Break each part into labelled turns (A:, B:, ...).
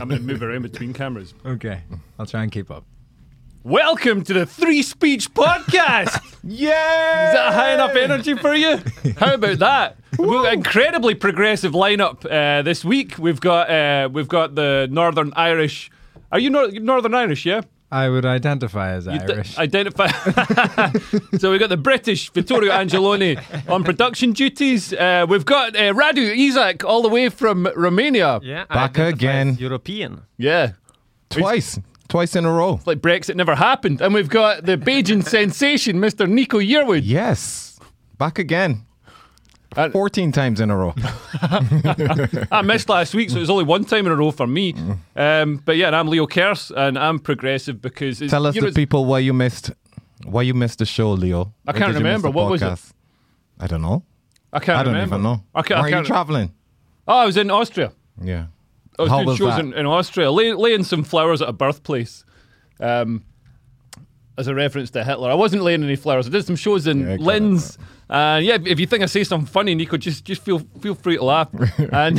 A: I'm going to move around between cameras.
B: Okay, I'll try and keep up.
A: Welcome to the Three Speech Podcast. Is
B: Yeah.
A: that high enough energy for you? How about that? We've got an incredibly progressive lineup uh, this week. We've got uh, we've got the Northern Irish. Are you Nor- Northern Irish? Yeah.
B: I would identify as
A: You d-
B: Irish.
A: identify. so we've got the British Vittorio Angeloni on production duties. Uh, we've got uh, Radu Izak all the way from Romania.
C: Yeah, I
D: Back
C: identify
D: again.
C: as European.
A: Yeah.
D: Twice. Twice in a row.
A: Like Brexit never happened. And we've got the Bajan sensation, Mr. Nico Yearwood.
D: Yes. Back again.
A: And-
D: 14 times in a row.
A: I missed last week, so it was only one time in a row for me.
D: Mm.
A: Um, but yeah, and I'm Leo Kers, and I'm progressive because it's,
D: Tell us
A: you know,
D: the
A: it's-
D: people why you missed why you missed the show, Leo.
A: I
D: Why
A: can't
D: did you miss
A: remember.
D: the
A: What was it?
D: podcast? I don't know.
A: I can't
D: I don't
A: remember.
D: even know.
A: I can't,
D: why
A: I
D: are you
A: can't
D: traveling?
A: oh, I was in Austria.
D: Yeah.
A: I was
D: How
A: doing
D: was
A: shows
D: that?
A: in, in Austria, lay, laying some flowers at a birthplace. Um, as a reference to Hitler, I wasn't laying any flowers. I did some shows in
D: Yeah, I got
A: Linz. Uh, yeah, if you think I say something funny, Nico, just just feel feel free to laugh. and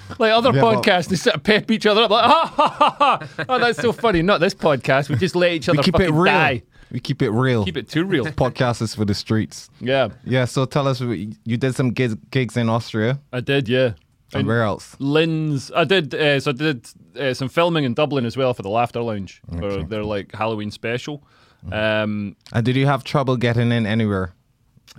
A: like other
D: Yeah, but-
A: podcasts, they sort of pep each other up, like, ha ha ha, ha. oh, that's so funny. Not this podcast. We just let each other
D: we keep
A: fucking
D: it real.
A: die.
D: We keep it real.
A: Keep it too real.
D: Podcast is for the streets.
A: Yeah,
D: Yeah, so tell us you you did some gigs, gigs in Austria
A: I did. Yeah,
D: and
A: And
D: where else?
A: Linz. I did. Uh, so I did uh, some filming in Dublin as well for the Laughter Lounge for their like Halloween special.
D: Mm-hmm.
A: Um,
D: And did you have trouble getting in anywhere?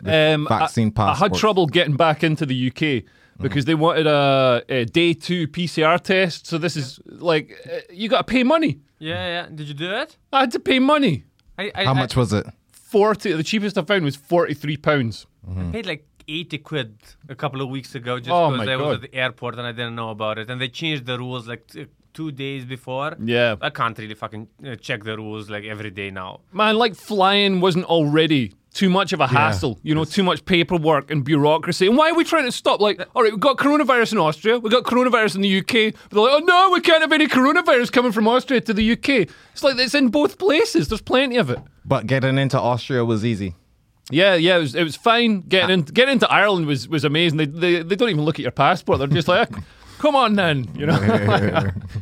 A: um, I-
D: vaccine
A: I, had
D: passports. Mm-hmm.
A: trouble getting back into the UK because they wanted a, a day two PCR test. So this is like uh, you got to pay money.
C: Yeah, yeah. Did you do it?
A: I had to pay money.
C: I, I,
D: How
C: I-
D: much was it?
A: Forty. The cheapest I found was forty three pounds.
C: I paid like 80 quid a couple of weeks ago just
A: Oh
C: because
A: my
C: I was
A: God.
C: at the airport and I didn't know about it. And they changed the rules like t- two days before.
A: Yeah,
C: I can't really fucking uh, check the rules like every day now.
A: man. Like flying wasn't already. Too much of a hassle, you know, too much paperwork and bureaucracy. And why are we trying to stop? Like, all right, we've got coronavirus in Austria, we've got coronavirus in the UK, but they're like, oh no, we can't have any coronavirus coming from Austria to the UK. It's like it's in both places, there's plenty of it.
D: But getting into Austria was easy.
A: Yeah, yeah, it was, it was fine.
D: Ah.
A: Getting in, getting into Ireland was, was amazing. They, they they don't even look at your passport. They're just like, "Ah, come on then, you know.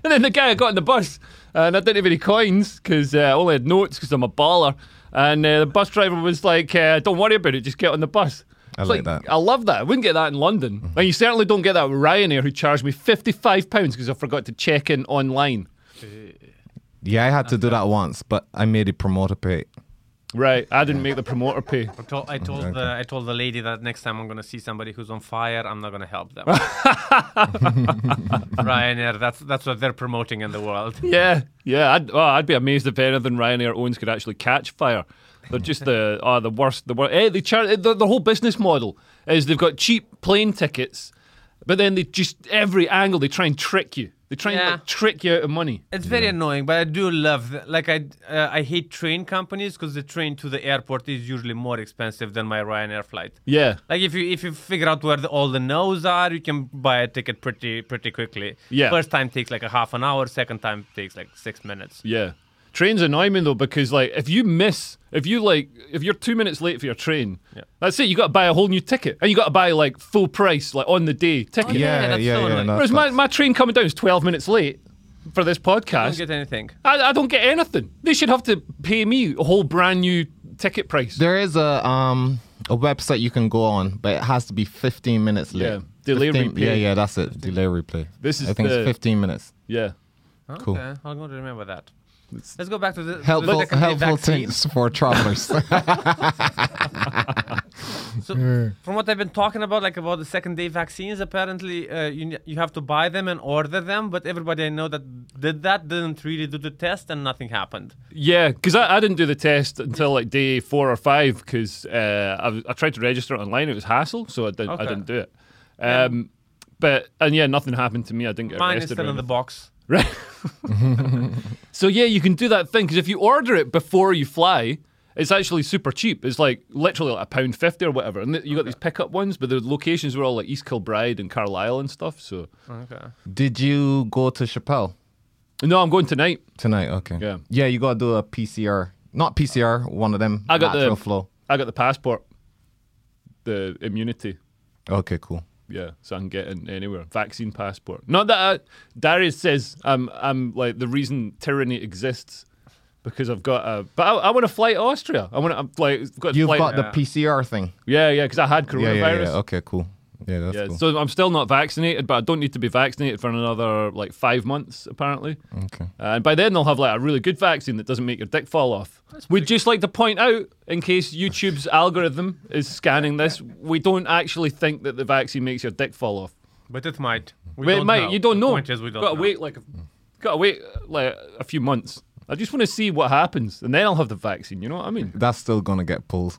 A: and then the guy got on the bus, and I didn't have any coins because uh, I only had notes because I'm a baller. And uh, the bus driver was like, uh, "Don't worry about it. Just get on the bus."
D: I
A: It's
D: like that. Mm-hmm.
A: I love that. I wouldn't get that in London, and you certainly don't get that with Ryanair, who charged me fifty five pounds because I forgot to check in online.
D: Yeah, I had to do that once, but I made it promoter pay.
A: Right, I didn't make the promoter pay.
C: I told, I told, the, I told the lady that next time I'm going to see somebody who's on fire, I'm not going to help them. Ryanair, that's, that's what they're promoting in the world.
A: Yeah, yeah. I'd, oh, I'd be amazed if anything Ryanair owns could actually catch fire. They're just the oh, the worst. The worst. Eh, they char- the, the whole business model is they've got cheap plane tickets, but then they just every angle they try and trick you. They try and
C: Yeah.
A: like, trick you out of money.
C: It's very annoying, but I do love th- like I uh, I hate train companies because the train to the airport is usually more expensive than my Ryanair flight.
A: Yeah,
C: Like if you if you figure out where the, all the no's are, you can buy a ticket pretty pretty quickly.
A: Yeah.
C: First time takes like a half an hour. Second time takes like six minutes.
A: yeah. Trains annoy me though because like if you miss, if you like, if you're two minutes late for your train,
C: Yeah.
A: that's it. You got to buy a whole new ticket, and you got to buy like full price, like on the day ticket.
C: Oh, Yeah,
D: Yeah, yeah,
C: that's
D: yeah.
C: so annoying.
D: no,
A: Whereas my,
D: that's-
A: my train coming down is twelve minutes late for this
C: I
A: podcast.
C: don't get anything.
A: I, I don't get anything. They should have to pay me a whole brand new ticket price.
D: There is a um a website you can go on, but it has to be 15 minutes late.
A: Yeah, delay
D: 15
A: replay.
D: Yeah, yeah, that's it. Delay replay.
A: This is
D: I think
A: the-
D: it's 15 minutes.
A: yeah.
D: Cool.
C: Okay, I'm going to remember that. Let's go back to the
D: Helpful,
C: the second day
D: helpful
C: vaccine.
D: tips for travelers.
C: So, from what I've been talking about, like about the second day vaccines, apparently uh, you ne- you have to buy them and order them. But everybody I know that did that didn't really do the test, and nothing happened.
A: Yeah, because I, I didn't do the test until like day four or five because uh, I, was- I tried to register it online. It was hassle, so I didn't, I
C: Okay.
A: didn't do it. Um, but, and yeah, nothing happened to me. I didn't get
C: Mine is
A: arrested. or
C: still in the
A: anything.
C: box.
A: Right. so yeah, you can do that thing because if you order it before you fly, it's actually super cheap. It's like literally like a pound fifty or whatever, and th- you got these pickup ones, but the locations were all like East Kilbride and Carlisle and stuff. So
C: Okay.
D: Did you go to Chappelle
A: no, I'm going tonight.
D: tonight? Okay.
A: Yeah.
D: Yeah, you got to do a PCR. Not PCR, one of them.
A: I got the-
D: natural flow.
A: I got the passport, the immunity.
D: Okay, cool.
A: yeah, so I can get in anywhere. Vaccine passport. Not that I, Darius says I'm I'm like the reason tyranny exists because I've got a. But I, I want to fly to Austria. I want to I'm like I've got. to
D: You've
A: fly-
D: got the
C: Yeah.
D: PCR thing.
A: yeah, yeah, because I had
D: Yeah,
A: uh, coronavirus.
D: yeah, yeah. Okay, cool. Yeah, that's
A: Yeah,
D: cool.
A: so I'm still not vaccinated, but I don't need to be vaccinated for another like five months apparently.
D: okay.
A: Uh, and by then they'll have like a really good vaccine that doesn't make your dick fall off. We'd just like to point out, in case YouTube's algorithm is scanning this, we don't actually think that the vaccine makes your dick fall off.
C: But it might. We
A: Wait,
C: don't
A: mate,
C: know.
A: you don't
C: The
A: know.
C: point is we don't
A: gotta
C: know.
A: wait like, gotta wait like a few months. I just want to see what happens, and then I'll have the vaccine. You know what I mean?
D: That's still gonna get pulled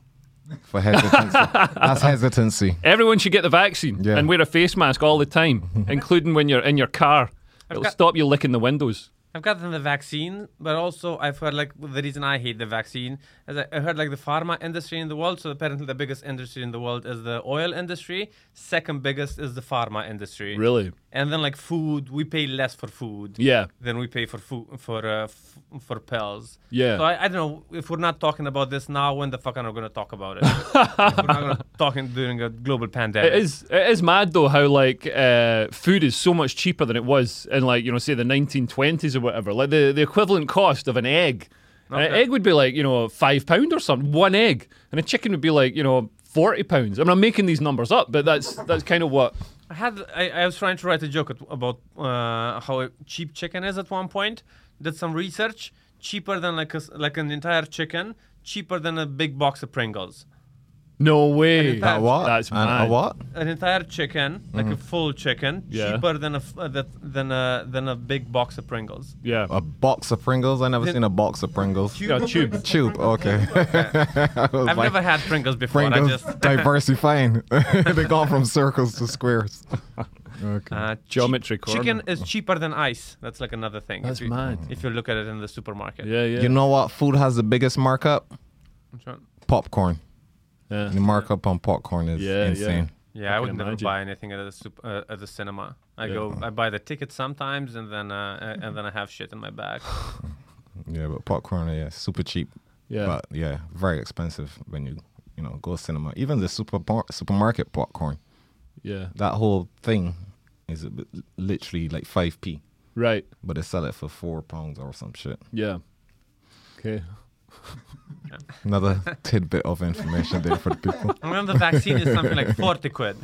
D: for hesitancy. that's hesitancy.
A: Everyone should get the vaccine
D: Yeah.
A: and wear a face mask all the time, including when you're in your car. It'll
C: got-
A: stop you licking the windows.
C: I've gotten the vaccine, but also I've heard like the reason I hate the vaccine is I I heard like the pharma industry in the world. So apparently the biggest industry in the world is the oil industry. Second biggest is the pharma industry.
A: Really?
C: And then like food, we pay less for food
A: Yeah.
C: than we pay for food for uh, f- for pills.
A: Yeah.
C: So I, I don't know if we're not talking about this now. When the fuck are we going to talk about it? If we're not going to talking during a global pandemic.
A: It is it is mad though how like uh, food is so much cheaper than it was in like you know say the 1920s or whatever. Like the, the equivalent cost of an egg, an
C: Okay.
A: egg would be like you know five pound or something. One egg, and a chicken would be like you know forty pounds. I mean I'm making these numbers up, but that's that's kind of what.
C: I had I, I was trying to write a joke at, about uh, how cheap chicken is at one point. Did some research, cheaper than like a s like an entire chicken, cheaper than a big box of Pringles.
A: No way.
C: That
D: A what?
A: That's
D: And
A: mad.
D: A what?
C: An entire chicken, like a full chicken,
A: Mm-hmm. Yeah.
C: cheaper than a f- uh, that, than a than a big box of Pringles.
A: Yeah.
D: A box of Pringles? I never
C: Then-
D: seen a box of Pringles.
A: Yeah, a tube.
D: Tube. Okay. I was
C: I've
D: like,
C: never had Pringles before. I
D: Pringles
C: just
D: diversifying. they gone from circles to squares. Okay.
C: uh, cheap-
A: Geometry corner.
C: Chicken is cheaper than ice. That's like another thing.
A: That's
C: if you,
A: mad.
C: If you look at it in the supermarket.
A: Yeah, yeah.
D: You know what food has the biggest markup?
C: I'm trying-
D: Popcorn.
A: yeah.
D: The markup on popcorn is
A: Yeah, yeah.
D: insane.
C: Yeah,
A: can
C: I, would never
A: imagine.
C: buy anything at the sup- uh, at the cinema. I
A: Yeah.
C: go, I buy the ticket sometimes, and then uh, uh, and then I have shit in my bag.
D: Yeah. but popcorn, yeah, super cheap.
A: Yeah.
D: But yeah, very expensive when you you know go cinema. Even the super supermarket popcorn,
A: yeah.
D: that whole thing is a bit- literally like five p,
A: Right.
D: but they sell it for four pounds or some shit.
A: Yeah. Okay.
D: Another tidbit of information there for the people.
C: And then the vaccine is something like forty quid.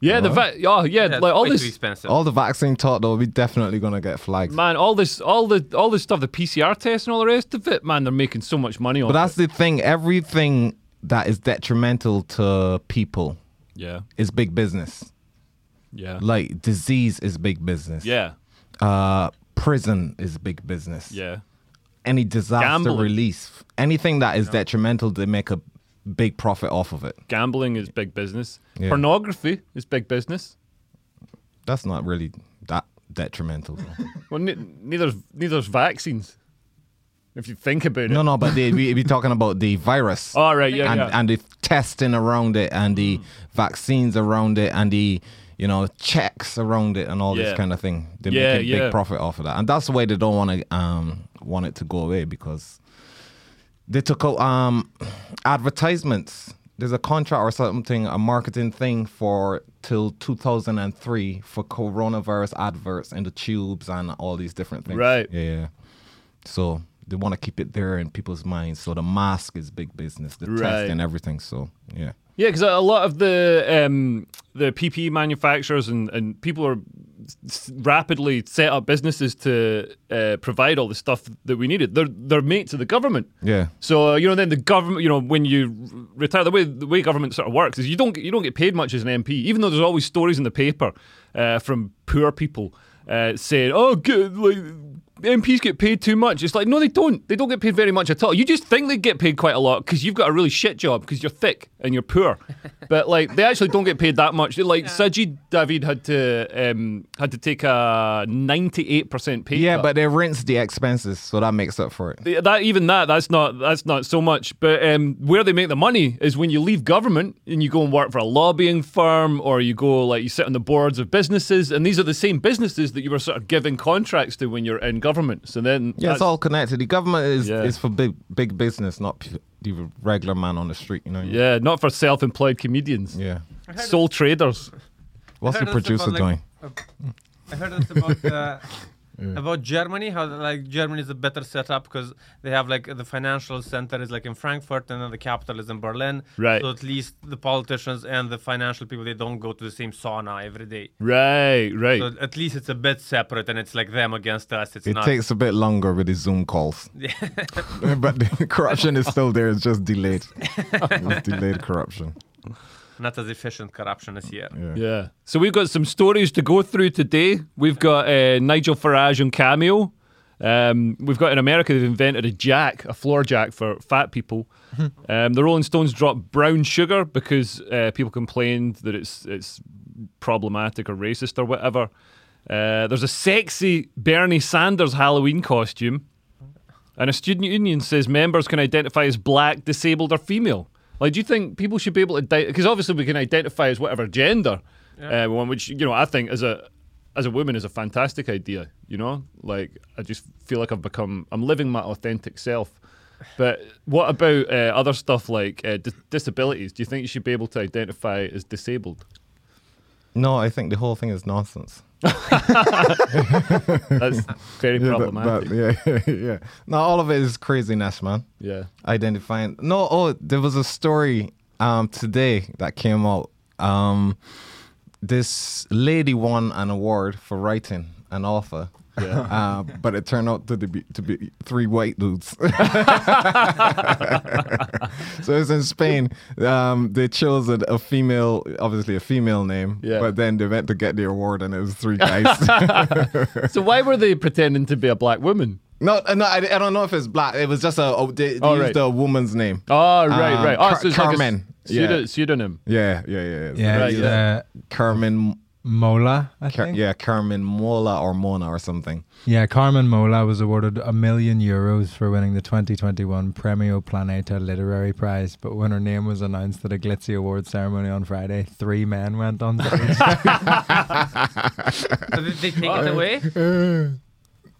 A: Yeah, the va- oh yeah,
C: That's
A: like all
C: way
A: this
C: too expensive.
D: All the vaccine talk though, we definitely gonna get flagged.
A: Man, all this, all the, all this stuff, the PCR tests and all the rest of it, man, they're making so much money off.
D: But that's
A: it.
D: the thing. Everything that is detrimental to people
A: yeah,
D: is big business.
A: yeah,
D: Like disease is big business.
A: yeah,
D: Uh, prison is big business.
A: yeah,
D: Any disaster
A: Gambling.
D: relief, anything that is detrimental, they make a big profit off of it.
A: Gambling is big business.
D: Yeah.
A: Pornography is big business.
D: That's not really that detrimental. though.
A: Well, ne- neither's neither's vaccines. If you think about
D: no,
A: it.
D: no. But they, we we talking about the virus.
A: All right, yeah,
D: and,
A: yeah. Mm.
D: and the testing around it and the vaccines around it and the you know checks around it and all
A: Yeah.
D: this kind of thing they
A: Yeah,
D: make a
A: yeah.
D: big profit off of that and that's the way they don't want to um want it to go away because they took out um advertisements there's a contract or something a marketing thing for till 2003 for coronavirus adverts in the tubes and all these different things
A: Right.
D: yeah, yeah. So they want to keep it there in people's minds. So the mask is big business, the
A: Right.
D: test and everything. So yeah,
A: Yeah, because a lot of the um, the PPE manufacturers and, and people are s- rapidly set up businesses to uh, provide all the stuff that we needed. They're they're mates of the government.
D: yeah,
A: So uh, you know, then the government, you know, when you r- retire, the way the way government sort of works is you don't you don't get paid much as an MP, even though there's always stories in the paper uh, from poor people uh, saying, "Oh, good, like MPs get paid too much." It's like no, they don't. They don't get paid very much at all. You just think they get paid quite a lot because you've got a really shit job because you're thick and you're poor, but like they actually don't get paid that much. They're Like Sajid David had to um, had to take a ninety eight percent pay.
D: yeah.
A: cut.
D: But they rinse the expenses, so that makes up for it.
A: Th- that even that that's not that's not so much but um, where they make the money is when you leave government and you go and work for a lobbying firm or you go like you sit on the boards of businesses and these are the same businesses that you were sort of giving contracts to when you're in government so then
D: Yeah, it's
A: that's-
D: all connected. The government is
A: Yeah.
D: is for big big business, not p- the regular man on the street. You know.
A: yeah not for self-employed comedians
D: Yeah.
A: sole traders.
D: What's the
C: I heard it's about,
D: producer
C: like,
D: doing?
C: I heard this about uh, about Germany. How like Germany is a better setup because they have like the financial center is like in Frankfurt and then the capital is in Berlin.
A: Right.
C: So at least the politicians and the financial people they don't go to the same sauna every day.
A: Right, right.
C: So at least it's a bit separate and it's like them against us. It's
D: It
C: not.
D: takes a bit longer with the Zoom calls. but the corruption is still there. It's just delayed. It's delayed corruption.
C: not as efficient corruption as here.
A: Yeah. So we've got some stories to go through today. We've got uh, Nigel Farage on Cameo. Um, we've got in America they've invented a jack, a floor jack for fat people. um, the Rolling Stones dropped brown sugar because uh, people complained that it's it's problematic or racist or whatever. Uh, there's a sexy Bernie Sanders Halloween costume. And a student union says members can identify as black, disabled, or female. Like, do you think people should be able to because obviously we can identify as whatever gender uh, we want, which you know I think as a as a woman is a fantastic idea. You know, like I just feel like I've become I'm living my authentic self. But what about uh, other stuff like uh, dis- disabilities? Do you think you should be able to identify as disabled?
D: No, I think the whole thing is nonsense.
A: That's very
D: Yeah, but-
A: problematic.
D: but- yeah, yeah. No, all of it is craziness, man.
A: yeah.
D: identifying. No, oh, there was a story um, today that came out. Um, this lady won an award for writing an author.
A: Yeah.
D: Uh, but it turned out to be to be three white dudes. so it's in Spain. Um, they chose a, a female, obviously a female name.
A: Yeah.
D: But then they went to get the award, and it was three guys.
A: So why were they pretending to be a black woman?
D: no, uh, no, I, I don't know if it's black. It was just a oh, they, they
A: Oh,
D: used
A: right.
D: a woman's name.
A: Oh right,
D: Um,
A: right. Oh,
D: Car-
A: so it's like a s-
D: Carmen.
A: pseudo-
D: Yeah.
A: pseudonym.
D: Yeah, yeah, yeah.
B: Yeah,
A: Right,
B: it's,
A: yeah.
B: Uh,
D: Carmen,
B: Mola, I
D: Car-
B: think.
D: yeah, Carmen Mola or Mona or something.
B: Yeah, Carmen Mola was awarded a million euros for winning the 2021 Premio Planeta Literary Prize. But when her name was announced at a glitzy award ceremony on Friday, three men went on stage.
C: So did they take it away?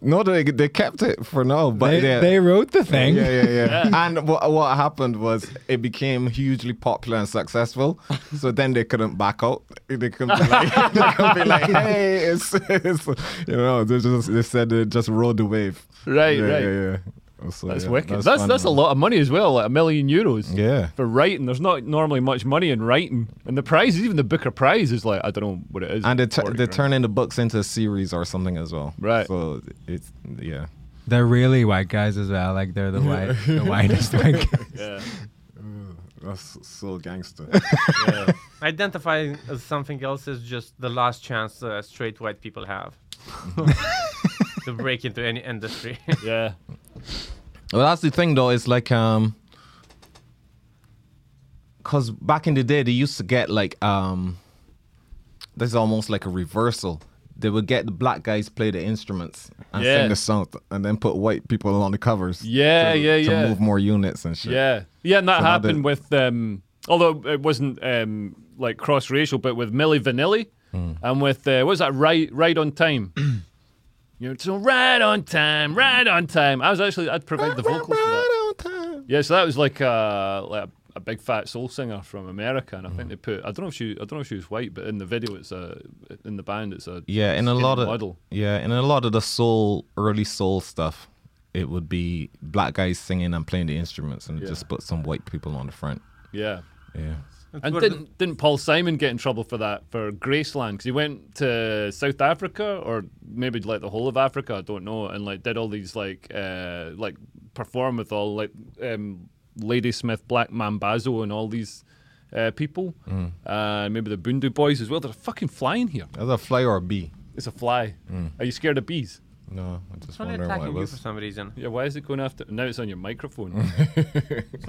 D: No, they they kept it for now, but
B: they,
D: they,
B: they wrote the thing.
D: yeah, yeah, yeah. and what what happened was it became hugely popular and successful. So then they couldn't back out. They couldn't be like, they couldn't be like hey, it's, it's you know they just they said they just rode the wave.
A: Right,
D: yeah,
A: right.
D: Yeah, yeah. So,
A: That's
D: yeah,
A: wicked. That's that's,
D: fun,
A: a
D: man.
A: lot of money as well, like a million euros.
D: Yeah.
A: For writing, there's not normally much money in writing, and the prizes, even the Booker Prize, is like I don't know what it is.
D: And they t-
A: 40
D: they're
A: grand.
D: turning the books into a series or something as well.
A: Right.
D: So it's yeah.
B: They're really white guys as well. Like they're the white, the whitest white guys.
A: Yeah.
D: That's so gangster.
C: Identifying as something else is just the last chance uh, straight white people have to break into any industry.
A: yeah.
D: well, that's the thing though. It's like um, cause back in the day they used to get like um, there's almost like a reversal. They would get the black guys play the instruments and
A: Yeah.
D: sing the song, and then put white people on the covers.
A: Yeah,
D: to,
A: yeah,
D: to
A: yeah.
D: move more units and shit.
A: Yeah. Yeah, and that
D: So now
A: happened
D: the-
A: with um although it wasn't um like cross racial, but with Millie Vanilli
D: Hmm.
A: and with uh, what was that right right on time. you know, so right on time, right on time. I was actually I'd provide the vocals for that.
D: Right on time.
A: Yeah, so that was like a like a, a big fat soul singer from America, and I
D: Mm.
A: think they put I don't know if she I don't know if she was white, but in the video it's a in the band it's a
D: Yeah, in a
A: skinny
D: lot of
A: model.
D: yeah, in a lot of the soul early soul stuff, it would be black guys singing and playing the instruments, and
A: Yeah.
D: just put some white people on the front.
A: yeah.
D: Yeah,
A: And
C: where
A: didn't didn't Paul Simon get in trouble for that for Graceland because he went to South Africa or maybe like the whole of Africa I don't know and like did all these like uh like perform with all like um Ladysmith Black Mambazo and all these uh people
D: Mm.
A: uh maybe the Bundu Boys as well they're fucking flying here
D: as a fly or a bee.
A: it's a fly are you scared of bees
D: No, I'm just
C: It's only
D: wondering what it
C: attacking you for
D: was.
C: some reason.
A: yeah why is it going after now it's on your microphone
C: Someone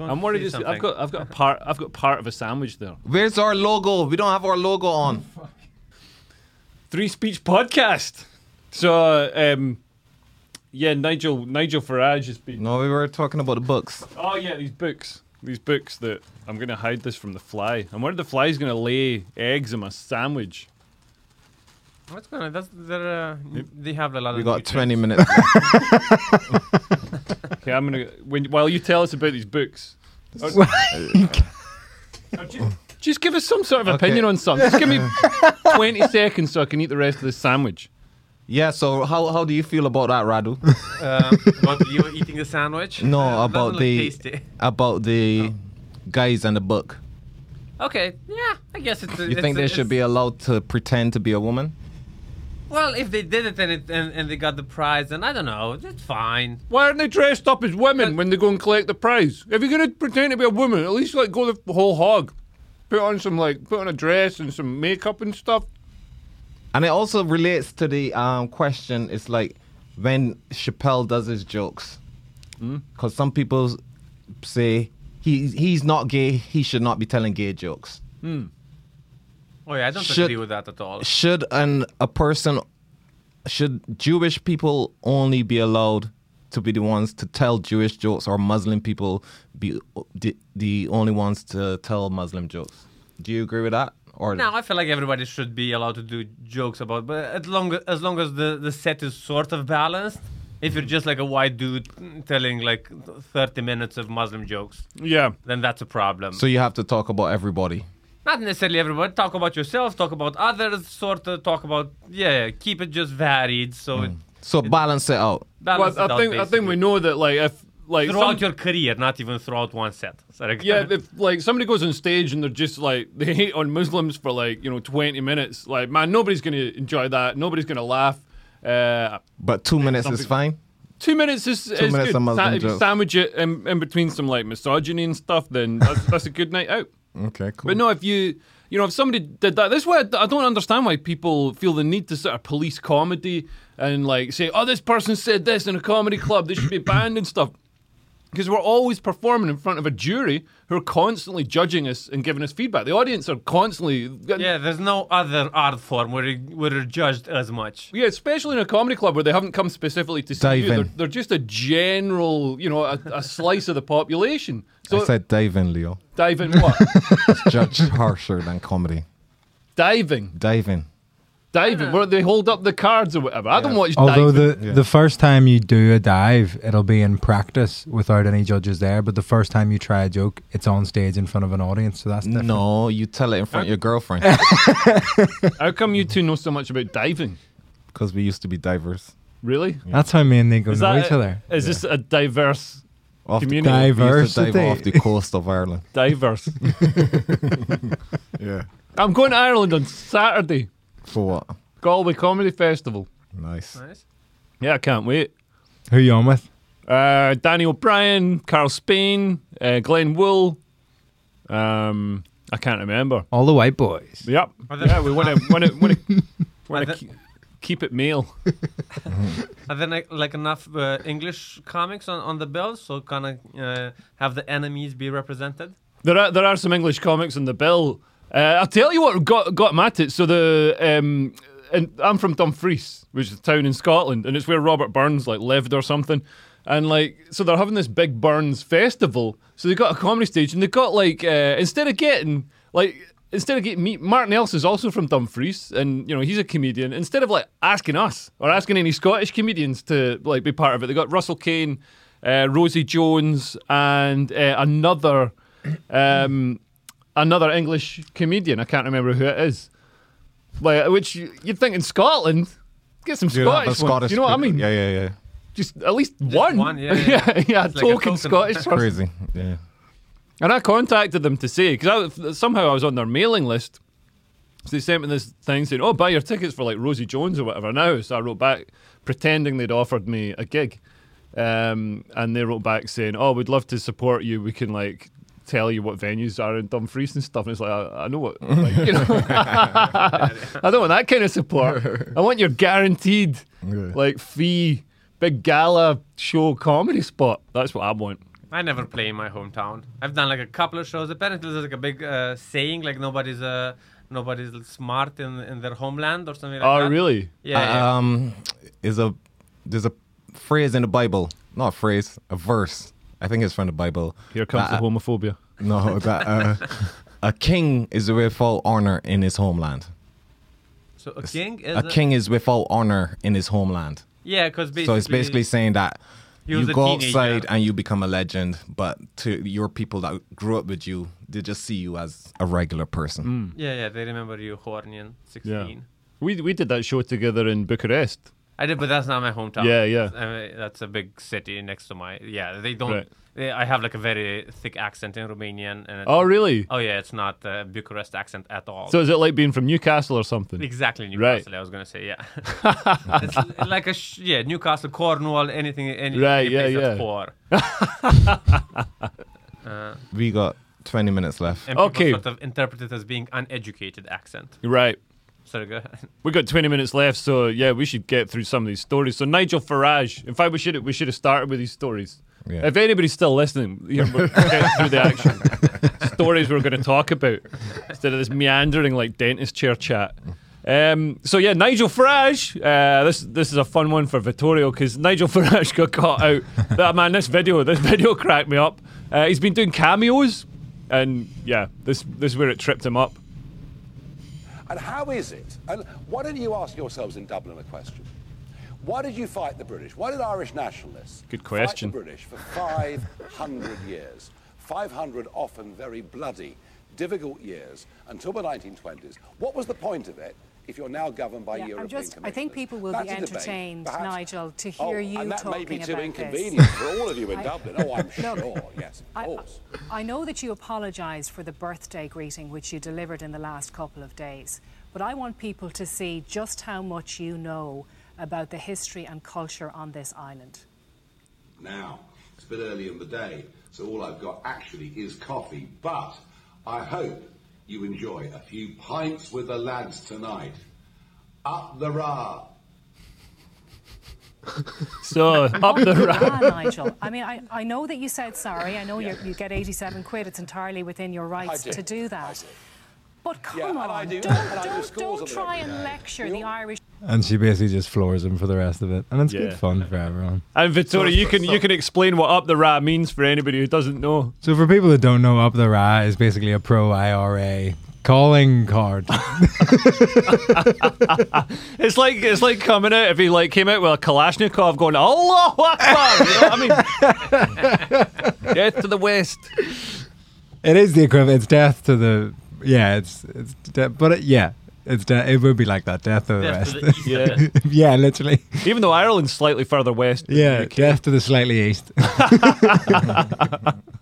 A: I'm
C: should
A: worried
C: say
A: it's, I've
C: something.
A: got I've got a part I've got part of a sandwich there
D: Where's our logo? We don't have our logo on.
A: Three Speech Podcast. So, um, yeah, Nigel Nigel Farage has been.
D: No, we were talking about the books.
A: Oh yeah, these books, these books that I'm gonna hide this from the fly. I'm worried the fly's gonna lay eggs in my sandwich.
C: What's going on? That's, they're, uh, they have a lot
D: We
C: of.
D: got
C: nutrients.
D: 20 minutes.
A: Okay, I'm gonna when while you tell us about these books. Or- Or ju- Oh, Just give us some sort of opinion on something. Just give me 20 seconds so I can eat the rest of this sandwich.
D: Yeah, so how, how do you feel about that, Radu?
C: Um, what you were eating the sandwich?
D: No,
C: Uh, doesn't
D: about
C: look
D: the
C: tasty.
D: about the guys and the book.
C: Okay, yeah, I guess it's.
D: You think they should be allowed to pretend to be a woman?
C: Well, if they did it and, it and and they got the prize, then I don't know. It's fine.
A: Why aren't they dressed up as women when they go and collect the prize? If you're going to pretend to be a woman, at least like go the whole hog. Put on some like put on a dress and some makeup and stuff.
D: And it also relates to the um, question. It's like when Chappelle does his jokes, because some people say he he's not gay. He should not be telling gay jokes.
C: Oh yeah, I don't
D: Should-
C: agree with that at all.
D: Should an a person should Jewish people only be allowed to be the ones to tell Jewish jokes, or Muslim people be the, the only ones to tell Muslim jokes? Do you agree with that? Or
C: No, I feel like everybody should be allowed to do jokes about, but as long as long as the the set is sort of balanced. If you're just like a white dude telling like 30 minutes of Muslim jokes,
A: Yeah.
C: then that's a problem.
D: so you have to talk about everybody.
C: Not necessarily everybody. Talk about yourself. Talk about others. Sort of talk about yeah. yeah, Keep it just varied. So
A: Hmm.
C: it
D: So balance it out.
A: Well,
C: balances
A: I
C: out
A: think I think we
C: basically.
A: know that like if like
C: throughout
A: some-
C: your career, not even throughout one set. Sorry.
A: yeah, if like somebody goes on stage and they're just like they hate on Muslims for like you know 20 minutes, like man, nobody's going to enjoy that. Nobody's going to laugh. Uh,
D: But two minutes
A: some
D: is
A: people-
D: fine.
A: Two minutes is, two is
D: minutes
A: good.
D: of Muslim
A: Sa- if you
D: jokes.
A: sandwich it in, in between some like misogyny and stuff, then that's, that's a good night out.
D: Okay, cool.
A: But no, if you you know if somebody did that, that's why I, d- I don't understand why people feel the need to sort of police comedy and like say, oh, this person said this in a comedy club, they should be banned and stuff. Because we're always performing in front of a jury who are constantly judging us and giving us feedback. The audience are constantly
C: Yeah, there's no other art form where you- where you're judged as much.
A: Yeah, especially in a comedy club where they haven't come specifically to see
D: Dive
A: you.
D: in.
A: They're, they're just a general, you know, a, a slice of the population. So
D: I said diving, Leo.
A: diving what?
D: It's judged harsher than comedy.
A: diving,
D: Diving.
A: diving. Where they hold up the cards or whatever. I don't watch
B: Although
A: diving.
B: the, the first time you do a dive, it'll be in practice without any judges there. But the first time you try a joke, it's on stage in front of an audience. So that's different.
D: No, you tell it in front of your girlfriend
A: How come you two know so much about diving?
D: because we used to be divers.
A: Really?
B: That's how me and Nico know
A: that
B: each other.
A: Is this a diverse,
D: Off the,
A: Community.
D: coast- we used to dive
B: Diversity.
D: off the coast of Ireland.
A: diverse?
D: Yeah.
A: I'm going to Ireland on Saturday,
D: For what?
A: Galway Comedy Festival.
D: Nice.
C: Nice.
A: Yeah, I can't wait.
B: Who you on with?
A: Uh, Danny O'Brien, Carl Spain, uh, Glenn Wool. Um, I can't remember.
B: All the white boys.
A: Yep.
C: Are there-
A: Yeah, we want to want to want to
C: Are
A: want
C: there,
A: to keep it male.
C: are there like, like enough uh, English comics on, on the bill so kind of uh, have the enemies be represented?
A: There are there are some English comics on the bill. Uh, I'll tell you what got got him at it. So the um, and I'm from Dumfries, which is a town in Scotland, and it's where Robert Burns like lived or something. And like, so they're having this big Burns festival. So they got a comedy stage, and they got like uh, instead of getting like instead of getting me, Martin Else is also from Dumfries, and you know he's a comedian. Instead of like asking us or asking any Scottish comedians to like be part of it, they got Russell Kane, uh, Rosie Jones, and uh, another um, another English comedian. I can't remember who it is. Like, which you- you'd think in Scotland, get some
D: You have a
A: Scottish, ones. You know what I mean?
D: Yeah, yeah, yeah.
A: Just at least one.
C: one, yeah, yeah.
A: yeah, yeah,
C: It's like a
A: token
C: token.
A: Scottish person.
D: Crazy. Yeah.
A: And I contacted them to say because somehow I was on their mailing list. So they sent me this thing saying, "Oh, buy your tickets for like Rosie Jones or whatever." Now, so I wrote back pretending they'd offered me a gig, um, and they wrote back saying, "Oh, we'd love to support you. We can like." Tell you what venues are in Dumfries and stuff, and it's like I, I know what like, you know. I don't want that kind of support. I want your guaranteed
D: Yeah.
A: like fee, big gala show comedy spot. That's what I want.
C: I never play in my hometown. I've done like a couple of shows. Apparently, there's like a big uh, saying like nobody's uh, nobody's smart in, in their homeland or something like
A: oh,
C: that.
A: really? Uh,
C: Yeah. yeah.
D: Um, is a there's a phrase in the Bible, not a phrase, a verse. I think it's from the Bible.
A: Here comes
D: that,
A: the homophobia.
D: No, that uh, a king is without honor in his homeland.
C: so a king is
D: A king is without honor in his homeland.
C: Yeah, because basically.
D: So it's basically saying that
C: He
D: you
C: was a
D: go
C: teenager.
D: outside and you become a legend, but to your people that grew up with you, they just see you as a regular person.
C: Yeah, yeah, they remember you, Hornian, 16.
A: We we did that show together in Bucharest.
C: I did, but that's not my hometown.
A: Yeah, yeah.
C: I mean, that's a big city next to my. Yeah, they don't.
A: Right.
C: They, I have like a very thick accent in Romanian. And it-
A: Oh, really?
C: Oh, yeah, it's not a Bucharest accent at all.
A: So is it like being from Newcastle or something?
C: Exactly,
A: Right.
C: Newcastle. I was gonna say, yeah. it's l- like a sh- yeah, Newcastle, Cornwall, anything, any,
A: Right,
C: any
A: yeah,
C: place that's
A: yeah.
C: poor.
D: We got 20 minutes left.
C: And people
A: Okay.
C: sort of interpret it as being uneducated accent.
A: Right.
C: Sorry, go ahead.
A: We got 20 minutes left, so yeah, we should get through some of these stories. So Nigel Farage, in fact, we should we should have started with these stories.
D: Yeah.
A: If anybody's still listening, you know, we're getting through the action stories we're going to talk about instead of this meandering like dentist chair chat. Um, so yeah, Nigel Farage. Uh, this this is a fun one for Vittorio because Nigel Farage got caught out. that man, this video, this video cracked me up. Uh, he's been doing cameos, and yeah, this this is where it tripped him up.
E: And how is it? And why don't you ask yourselves in Dublin a question? Why did you fight the British? Why did Irish nationalists
A: Good question.
E: fight the British for 500 years? 500 often very bloody, difficult years until the 1920s. What was the point of it if you're now governed by
F: Yeah, I'm
E: European
F: just- I
E: commissioners?
F: think people will be
E: That's a debate,
F: entertained,
E: perhaps.
F: Nigel, to hear
E: oh,
F: you
E: and that may be
F: talking
E: too
F: about this.
E: inconvenient for all of you in
F: I-
E: Dublin. Oh, I'm
F: Look,
E: sure, yes, of
F: I,
E: course.
F: I know that you apologised for the birthday greeting which you delivered in the last couple of days, but I want people to see just how much you know about the history and culture on this island.
G: now. It's a bit early in the day, so all I've got actually is coffee. But I hope you enjoy a few pints with the lads tonight. Up the ra!
A: So up the ra-
F: Ah, Nigel. I mean, I, I know that you said sorry. I know you're, you get 87 quid. It's entirely within your rights
E: do.
F: to do that. But come
E: Yeah, and I
F: on,
E: do-
F: not
E: and I do
F: don't,
E: scores
F: don't
E: of them
F: try
E: every
F: and
E: day.
F: lecture
E: You-
F: the Irish
B: And she basically just floors him for the rest of it. And it's
A: Yeah.
B: good fun for everyone.
A: And Victoria,
D: So-
A: you can
D: so-
A: you can explain what up the ra means for anybody who doesn't know.
B: So for people that don't know, Up the Ra is basically a pro IRA calling card.
A: It's like it's like coming out if he like came out with a Kalashnikov going Allahu Akbar. You know what I mean? Get to the west.
B: it is the equivalent. It's death to the yeah. It's it's de- but it, yeah, it's de- it would be like that. Death to the
C: That's
B: rest.
C: to the east of
A: Yeah.
C: it.
B: yeah, literally.
A: Even though Ireland's slightly further west. than
B: Yeah,
A: the UK.
B: death to the slightly east.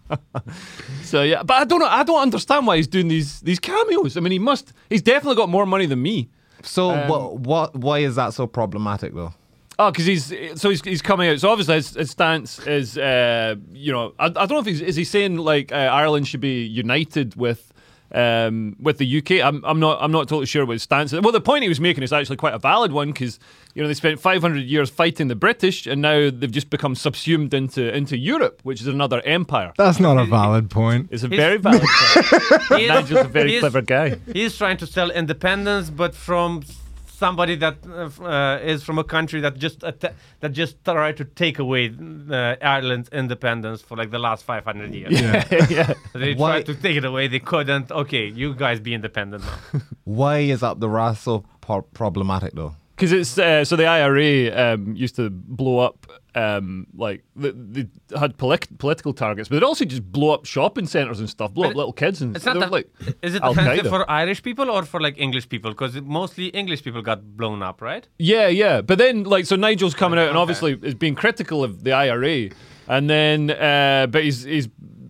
A: So yeah, but I don't know. I don't understand why he's doing these these cameos. I mean, he must. He's definitely got more money than me.
D: So, what, what, why is that so problematic, though?
A: Oh, because he's so he's, he's coming out. So obviously his, his stance is, uh, you know, I, I don't know if he's is he saying like uh, Ireland should be united with. Um, with the UK, I'm, I'm not I'm not totally sure what his stance is. Well, the point he was making is actually quite a valid one because you know they spent 500 years fighting the British and now they've just become subsumed into into Europe, which is another empire.
B: That's not a valid point.
A: It's a
C: His-
A: very valid. point.
C: He is-
A: Nigel's a
C: he
A: very
C: is-
A: clever guy.
C: He's trying to sell independence, but from somebody that uh, f- uh, is from a country that just atta- that just tried to take away uh, Ireland's independence for like the last 500 years.
A: yeah.
C: They
D: Why-
C: tried to take it away. They couldn't. Okay, you guys be independent now.
D: Why is up the ra so po- problematic, though?
A: Because it's uh, so the IRA um, used to blow up um, like they, they had polic- political targets, but they'd also just blow up shopping centres and stuff, blow
C: But
A: up little kids and
C: It's not
A: they were
C: that,
A: like
C: is it
A: Al
C: offensive
A: Qaeda.
C: for Irish people or for like English people? Because mostly English people got blown up, right?
A: yeah, yeah. But then like so Nigel's coming out and
C: Okay.
A: obviously is being critical of the IRA, and then uh, but he's he's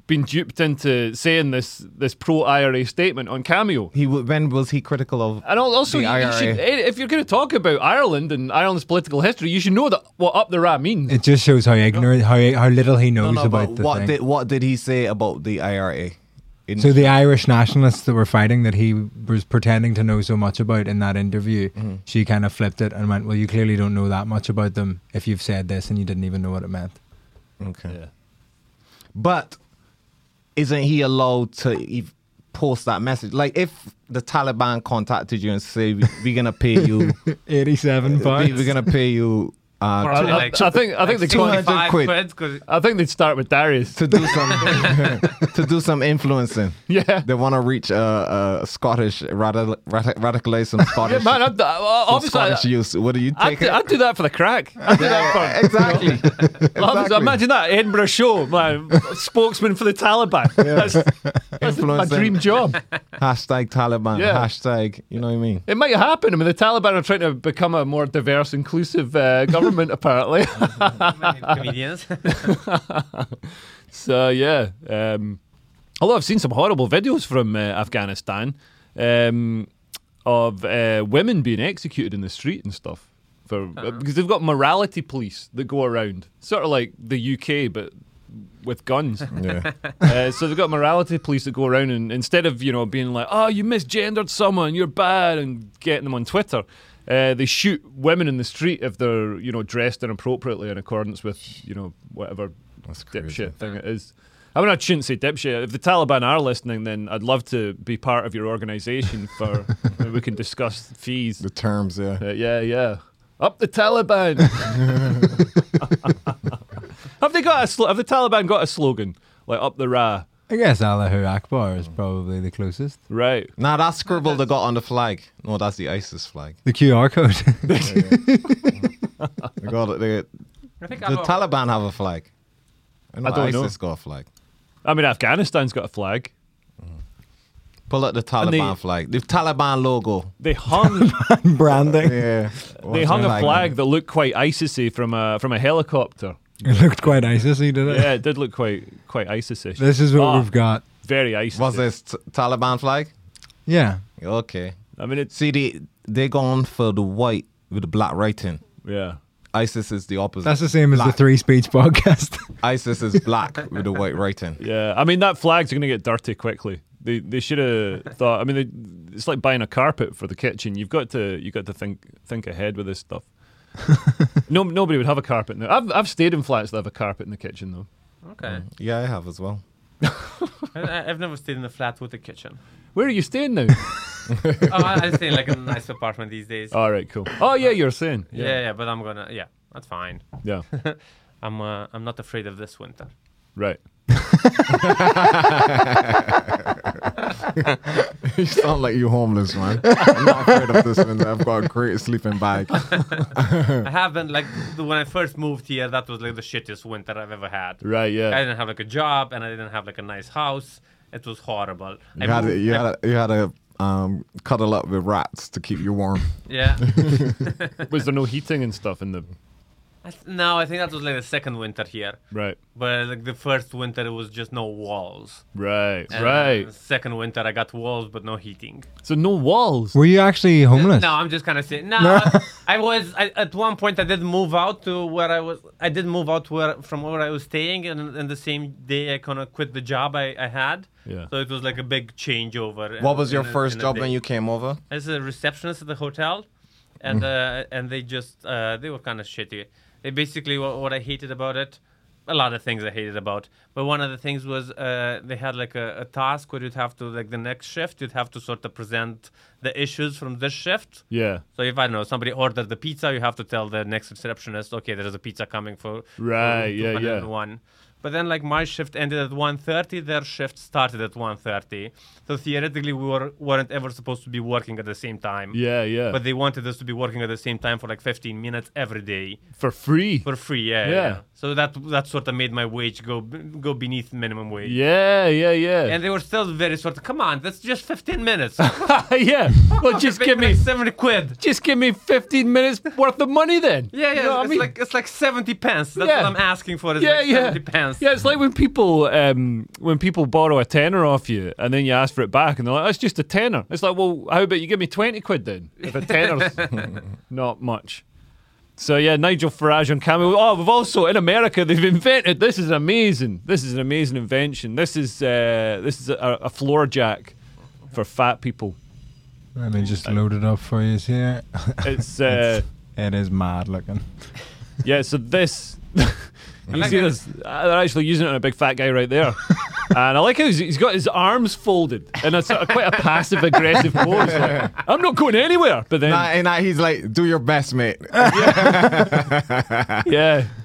A: been duped into saying this this pro IRA statement on Cameo.
D: He w- When was he critical of
A: And al- also,
D: the
A: you- you
D: IRA?
A: should- if you're going to talk about Ireland and Ireland's political history, you should know that what up the rat means.
B: It just shows how ignorant, how how little he
D: No,
B: knows
D: no,
B: about
D: but
B: the
D: what
B: thing.
D: did what did he say about the IRA? In-
B: So the Irish nationalists that were fighting that he was pretending to know so much about in that interview,
A: Mm-hmm.
B: she kind of flipped it and went, "Well, you clearly don't know that much about them if you've said this and you didn't even know what it meant."
D: okay. But isn't he allowed to ev- post that message? Like if the Taliban contacted you and say "We- we're gonna pay you,
B: Eighty-seven
D: we- we're gonna pay you uh,
C: For
D: to-
C: only
A: I-
C: like,
A: I think- I think
C: like
A: they call it-
C: 65
D: quid.
C: quid, 'cause-
A: I think they'd start with Darius.
D: to do some to do some influencing.
A: Yeah.
D: they want to reach uh, uh, Scottish radical radicalize some Scottish.
A: Man, I'd, I- I-
D: some
A: obviously,
D: Scottish
A: I-
D: youth. What do you
A: I'd,
D: take?
A: do-
D: it?
A: I'd do that for the crack. I'd do that for
D: exactly.
A: Obviously,
D: exactly.
A: Imagine that Edinburgh show, man, spokesman for the Taliban. That's, that's my
D: Influencing.
A: dream job.
D: Hashtag Taliban.
A: Yeah.
D: Hashtag. You know what I mean?
A: It might happen. I mean, the Taliban are trying to become a more diverse, inclusive uh, government, apparently.
C: comedians.
A: so yeah, um, although I've seen some horrible videos from uh, Afghanistan um, of uh, women being executed in the street and stuff for because they've got morality police that go around, sort of like the UK, but with guns.
D: Yeah.
A: uh, so they've got morality police that go around and instead of you know being like, oh, you misgendered someone, you're bad, and getting them on Twitter. Uh, they shoot women in the street if they're, you know, dressed inappropriately in accordance with, you know, whatever
D: That's crazy.
A: dipshit thing it is. I mean, I shouldn't say dipshit. If the Taliban are listening, then I'd love to be part of your organisation for we can discuss fees.
D: The terms. Yeah.
A: Uh, yeah, yeah. Up the Taliban. have they got a sl- have the Taliban got a slogan like up the ra?
B: I guess Allahu Akbar is probably the closest.
A: Right.
D: Nah, that scribble they got on the flag. No, that's the ISIS flag.
B: The QR code.
D: They got it. They,
C: I think
D: the
C: I'm a-
D: Taliban have a flag. I, know
A: I don't know.
D: ISIS got a flag.
A: I mean, Afghanistan's got a flag.
D: Pull up the
A: And they-
D: Taliban flag. The Taliban logo.
A: They hung
B: Branding.
D: Yeah.
A: they hung a flag that looked quite ISIS-y from a from a helicopter.
B: It looked quite ISIS, did it?
A: Yeah, it did look quite quite ISIS-ish.
B: This is what
A: Ah,
B: we've got.
A: Very ISIS.
D: What's this t- Taliban flag?
B: Yeah.
D: Okay.
A: I mean, it's
D: See, they they gone for the white with the black writing.
A: yeah.
D: ISIS is the opposite.
B: That's the same as the
D: Black.
B: Three Speech podcast.
D: ISIS is black with the white writing.
A: Yeah, I mean that flag's going to get dirty quickly. They they should have thought. I mean, they, it's like buying a carpet for the kitchen. You've got to you have got to think think ahead with this stuff. no, nobody would have a carpet now. I've I've stayed in flats that have a carpet in the kitchen though.
C: Okay.
A: Mm.
D: Yeah, I have as well.
C: I, I- I've never stayed in a flat with a kitchen.
A: Where are you staying now?
C: Oh, I, I stay in like a nice apartment these days.
A: All right, cool. Oh yeah, you're saying.
C: yeah.
A: Yeah,
C: yeah, but I'm gonna. Yeah, that's fine.
A: yeah,
C: I'm. Uh, I'm not afraid of this winter.
A: right.
D: you sound like you're homeless, man. I'm not afraid of this one. I've got a great sleeping bag.
C: I haven't like the- when I first moved here. That was like the shittiest winter I've ever had.
A: Right, yeah.
C: I didn't have like a job, and I didn't have like a nice house. It was horrible. I
D: You had to,
C: moved-
D: you
C: I-
D: had to, you had to um, cuddle up with rats to keep you warm.
C: yeah.
A: Was there no heating and stuff in the
C: I th- no, I think that was like the second winter here.
A: right?
C: But like the first winter, it was just no walls.
A: Right,
C: And
A: right.
C: Second winter, I got walls, but no heating.
A: So no walls.
B: Were you actually homeless?
C: No, I'm just kind of saying. No, I, I was I, at one point. I did move out to where I was. I did move out where from where I was staying, and, and the same day I kind of quit the job I, I had.
A: Yeah.
C: So it was like a big changeover.
D: What
C: in-
D: was your
C: in a-
D: first
C: in a
D: job
C: day.
D: when you came over?
C: As a receptionist at the hotel, and uh, and they just uh, they were kind of shitty. They basically what, what I hated about it. A lot of things I hated about, but one of the things was uh, they had like a, a task where you'd have to like the next shift you'd have to sort of present the issues from this shift.
A: Yeah.
C: So if I don't know somebody ordered the pizza, you have to tell the next receptionist, okay, there is a pizza coming for for
A: Right, yeah, yeah.
C: 201." But then like my shift ended at 1:30, their shift started at 1:30. So theoretically, we were weren't ever supposed to be working at the same time.
A: Yeah, yeah.
C: But they wanted us to be working at the same time for like 15 minutes every day
A: for free.
C: for free. Yeah, yeah.
A: Yeah.
C: yeah. So that that sort of made my wage go go beneath minimum wage.
A: yeah, yeah, yeah.
C: And they were still very sort of, come on, that's just 15 minutes.
A: yeah. Well, just give me
C: 70 quid.
A: just give me 15 minutes worth of money then.
C: Yeah, yeah,
A: You know what
C: it's
A: I mean?
C: like it's like seventy pence. That's
A: Yeah.
C: what I'm asking for. Is
A: yeah,
C: like
A: yeah.
C: seventy pence.
A: Yeah, it's like when people um, when people borrow a tenner off you and then you ask for it back and they're like, that's just a tenner. It's like, well, how about you give me 20 quid then? If a tenner's not much. So yeah, Nigel Farage on Cameo. Oh, we've also in America they've invented. This is amazing. This is an amazing invention. This is uh, this is a, a floor jack for fat people.
B: Let me just load it up for you here.
A: It's uh,
B: it is mad looking.
A: Yeah, so this. you
C: like
A: see
C: it.
A: this? uh, They're actually using it on a big fat guy right there. And I like how he's, he's got his arms folded in a sort of quite a passive aggressive pose. Like, I'm not going anywhere. But then,
D: Nah, and nah, he's like, do your best, mate.
A: yeah,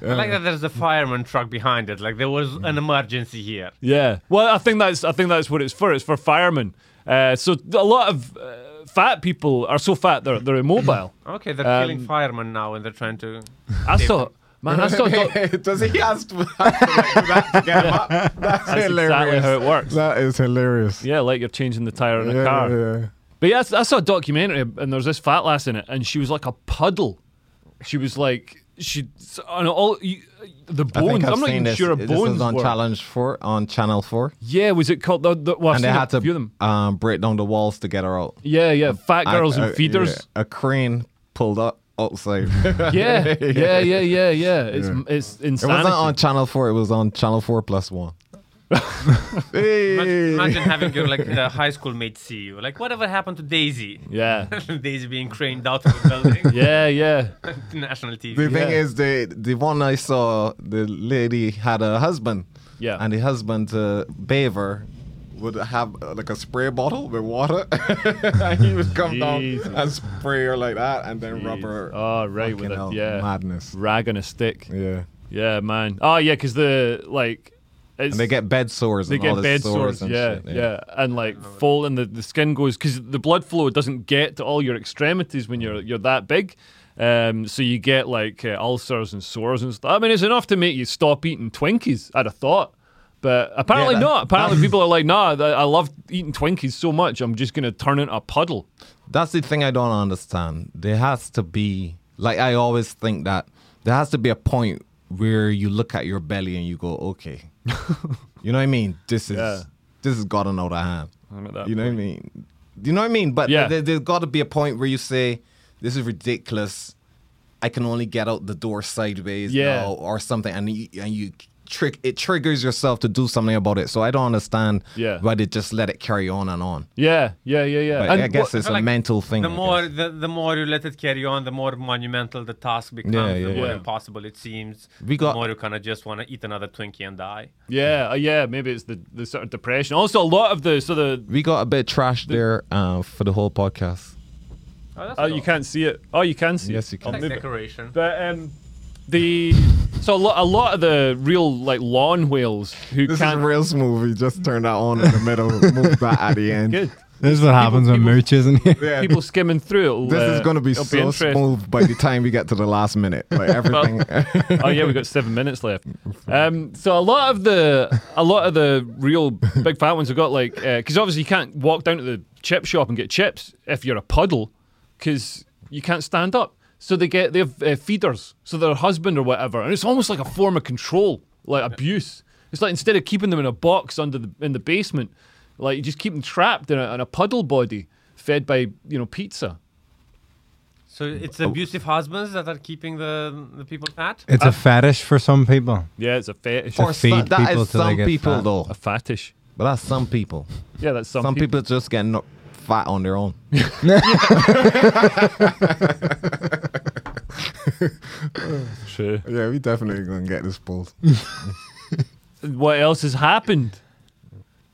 A: Mm.
C: I like that there's a fireman truck behind it. Like there was an emergency here.
A: yeah. Well, I think that's I think that's what it's for. It's for firemen. Uh, so a lot of uh, fat people are so fat they're they're immobile.
C: Okay, they're
A: Um,
C: killing firemen now and they're trying to.
A: I saw man. I saw. Doc-
D: Does he ask to, have to, like, do that to get him up? That's,
A: that's
D: hilarious.
A: exactly how it works.
D: That is hilarious.
A: Yeah, like you're changing the tire on a
D: Yeah,
A: car.
D: yeah.
A: But yeah, I s- I saw a documentary and there's this fat lass in it, and she was like a puddle. She was like she s- on all you, the
D: I
A: bones.
D: think I've
A: I'm not
D: seen
A: even
D: this.
A: sure her
D: this
A: bones
D: is on
A: were.
D: Challenge Four on Channel Four,
A: Yeah, was it called the? the well, I've
D: and they
A: seen a
D: had
A: few of
D: to
A: them.
D: um, break down the walls to get her out.
A: Yeah, yeah, fat
D: I-
A: girls
D: uh,
A: and feeders.
D: yeah, a crane pulled up outside. it
A: Yeah, yeah, yeah, yeah, yeah. It's it's insanity.
D: wasn't on Channel Four. It was on Channel Four Plus One. Hey.
C: Imagine, imagine having your like uh, high school mate see you. Like whatever happened to Daisy?
A: yeah,
C: Daisy being craned out of the building.
A: yeah, yeah.
C: to National TV.
D: The thing
A: Yeah.
D: is, the the one I saw, the lady had a husband.
A: Yeah.
D: And the husband, uh, Baver, would have uh, like a spray bottle with water, and he would come
A: Jesus.
D: down and spray her like that, and then rub her.
A: Oh, right with
D: Fucking
A: a
D: hell,
A: yeah
D: madness.
A: rag on a stick. Yeah,
D: Yeah.
A: man. Oh yeah, because the like. It's,
D: And they get bed sores.
A: They
D: and all
A: get bed
D: this sores.
A: sores,
D: and
A: yeah,
D: shit,
A: yeah, and like fall, and the, the skin goes because the blood flow doesn't get to all your extremities when you're you're that big, um, so you get like uh, ulcers and sores and stuff. I mean, it's enough to make you stop eating Twinkies. I'd have thought, but apparently
D: that-
A: not. Apparently, people are like, nah, th- I love eating Twinkies so much, I'm just gonna turn into a puddle.
D: That's the thing I don't understand. There has to be, like, I always think that there has to be a point where you look at your belly and you go, okay, you know what I mean? This is
A: Yeah.
D: this has gotten out of hand.
A: at that
D: you know what I mean? Do you know what I mean? But
A: Yeah.
D: there, there's got to be a point where you say, this is ridiculous. I can only get out the door sideways
A: Yeah.
D: now or something, and you, and you trick it triggers yourself to do something about it. So I don't understand
A: Yeah.
D: why they just let it carry on and on.
A: Yeah, yeah, yeah, yeah.
D: But I
A: And
D: guess
A: what-
D: it's a
C: I feel like
D: mental thing.
C: The
D: I
C: more
D: guess.
C: the, the more you let it carry on, the more monumental the task becomes, the
D: yeah,
C: more
A: yeah.
C: impossible it seems.
D: We got-
C: the more you kind of just want to eat another Twinkie and die.
A: yeah, uh, yeah. Maybe it's the, the sort of depression. Also, a lot of the so the
D: We got a bit trash there uh, for the whole podcast.
C: Oh, that's
A: oh you can't see it. Oh, you can see.
D: Yes,
A: it.
D: you can.
A: I'll
C: Like
A: move it.
C: decoration.
A: But um, the so a lot, a lot of the real like lawn whales who
D: This
A: can't
D: is a real smooth. You just turn that on in the middle, move that at the end.
A: good.
B: This is what happens when
A: people-
B: Mooch isn't here.
D: Yeah.
A: People skimming through it. will,
D: this is
A: uh,
D: going to be
A: it'll
D: so
A: interesting.
D: smooth by the time we get to the last minute. Like everything.
A: Oh yeah, we've got seven minutes left. Um, so a lot of the a lot of the real big fat ones have got like because obviously you can't walk down to the chip shop and get chips if you're a puddle because you can't stand up. So they get they have uh, feeders, so their husband or whatever, and it's almost like a form of control, like abuse. It's like instead of keeping them in a box under the in the basement, like you just keep them trapped in a, in a puddle body, fed by you know pizza.
C: So it's abusive husbands that are keeping the the people fat.
B: It's a fetish for some people.
A: Yeah, it's a fetish,
D: Uh, For
A: a
B: feed
D: some, that
B: people
D: is
B: till they
D: some
B: get
A: uh,
D: people,
B: fat.
D: though.
A: fetish.
D: But that's some people.
A: Yeah, that's some,
D: Some
A: people.
D: people just get no- fat on their own.
A: True.
D: Yeah, we definitely going to get this pulled.
A: what else has happened?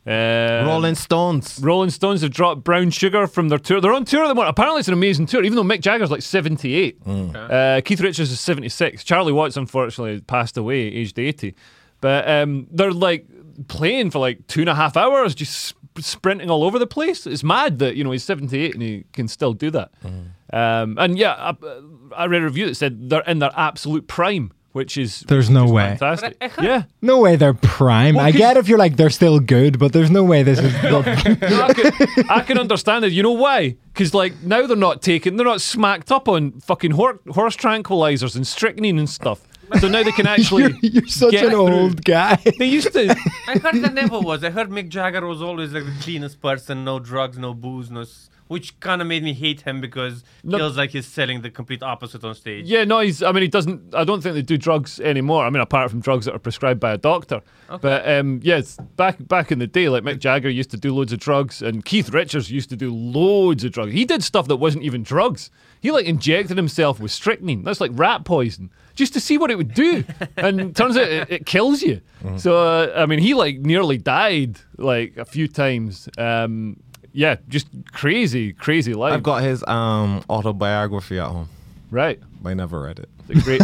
A: Uh,
D: Rolling Stones.
A: Rolling Stones have dropped Brown Sugar from their tour. They're on tour at the moment. Apparently, it's an amazing tour, even though Mick Jagger's like 78.
B: Hmm.
A: Uh, Keith Richards is 76. Charlie Watts, unfortunately, passed away aged 80. But um, they're like playing for like two and a half hours, just sp- sprinting all over the place. It's mad that, you know, he's 78 and he can still do that.
B: Hmm.
A: Um, and yeah, I, I read a review that said they're in their absolute prime, which is
B: There's no way.
A: fantastic. yeah.
B: No way they're prime.
A: Well,
B: I
A: 'cause-
B: get if you're like they're still good, but there's no way this is.
A: No, I, can, I can understand it. You know why? Because like now they're not taking, they're not smacked up on fucking hor- horse tranquilizers and strychnine and stuff. So now they can actually.
B: you're, you're such
A: get
B: an
A: through.
B: old guy.
A: They used to.
C: I heard that never was. I heard Mick Jagger was always like the cleanest person, no drugs, no booze, no s- which kind of made me hate him because
A: No.
C: feels like he's selling the complete opposite on stage.
A: Yeah, no, he's. I mean, he doesn't. I don't think they do drugs anymore. I mean, apart from drugs that are prescribed by a doctor. But um, yeah, it's back back in the day, like Mick Jagger used to do loads of drugs, and Keith Richards used to do loads of drugs. He did stuff that wasn't even drugs. He like injected himself with strychnine. That's like rat poison, just to see what it would do. and turns out it, it kills you.
D: Mm-hmm.
A: So uh, I mean, he like nearly died like a few times. Um, yeah, just crazy, crazy life.
D: I've got his um, autobiography at home,
A: right.
D: but I never read it.
A: It's a great,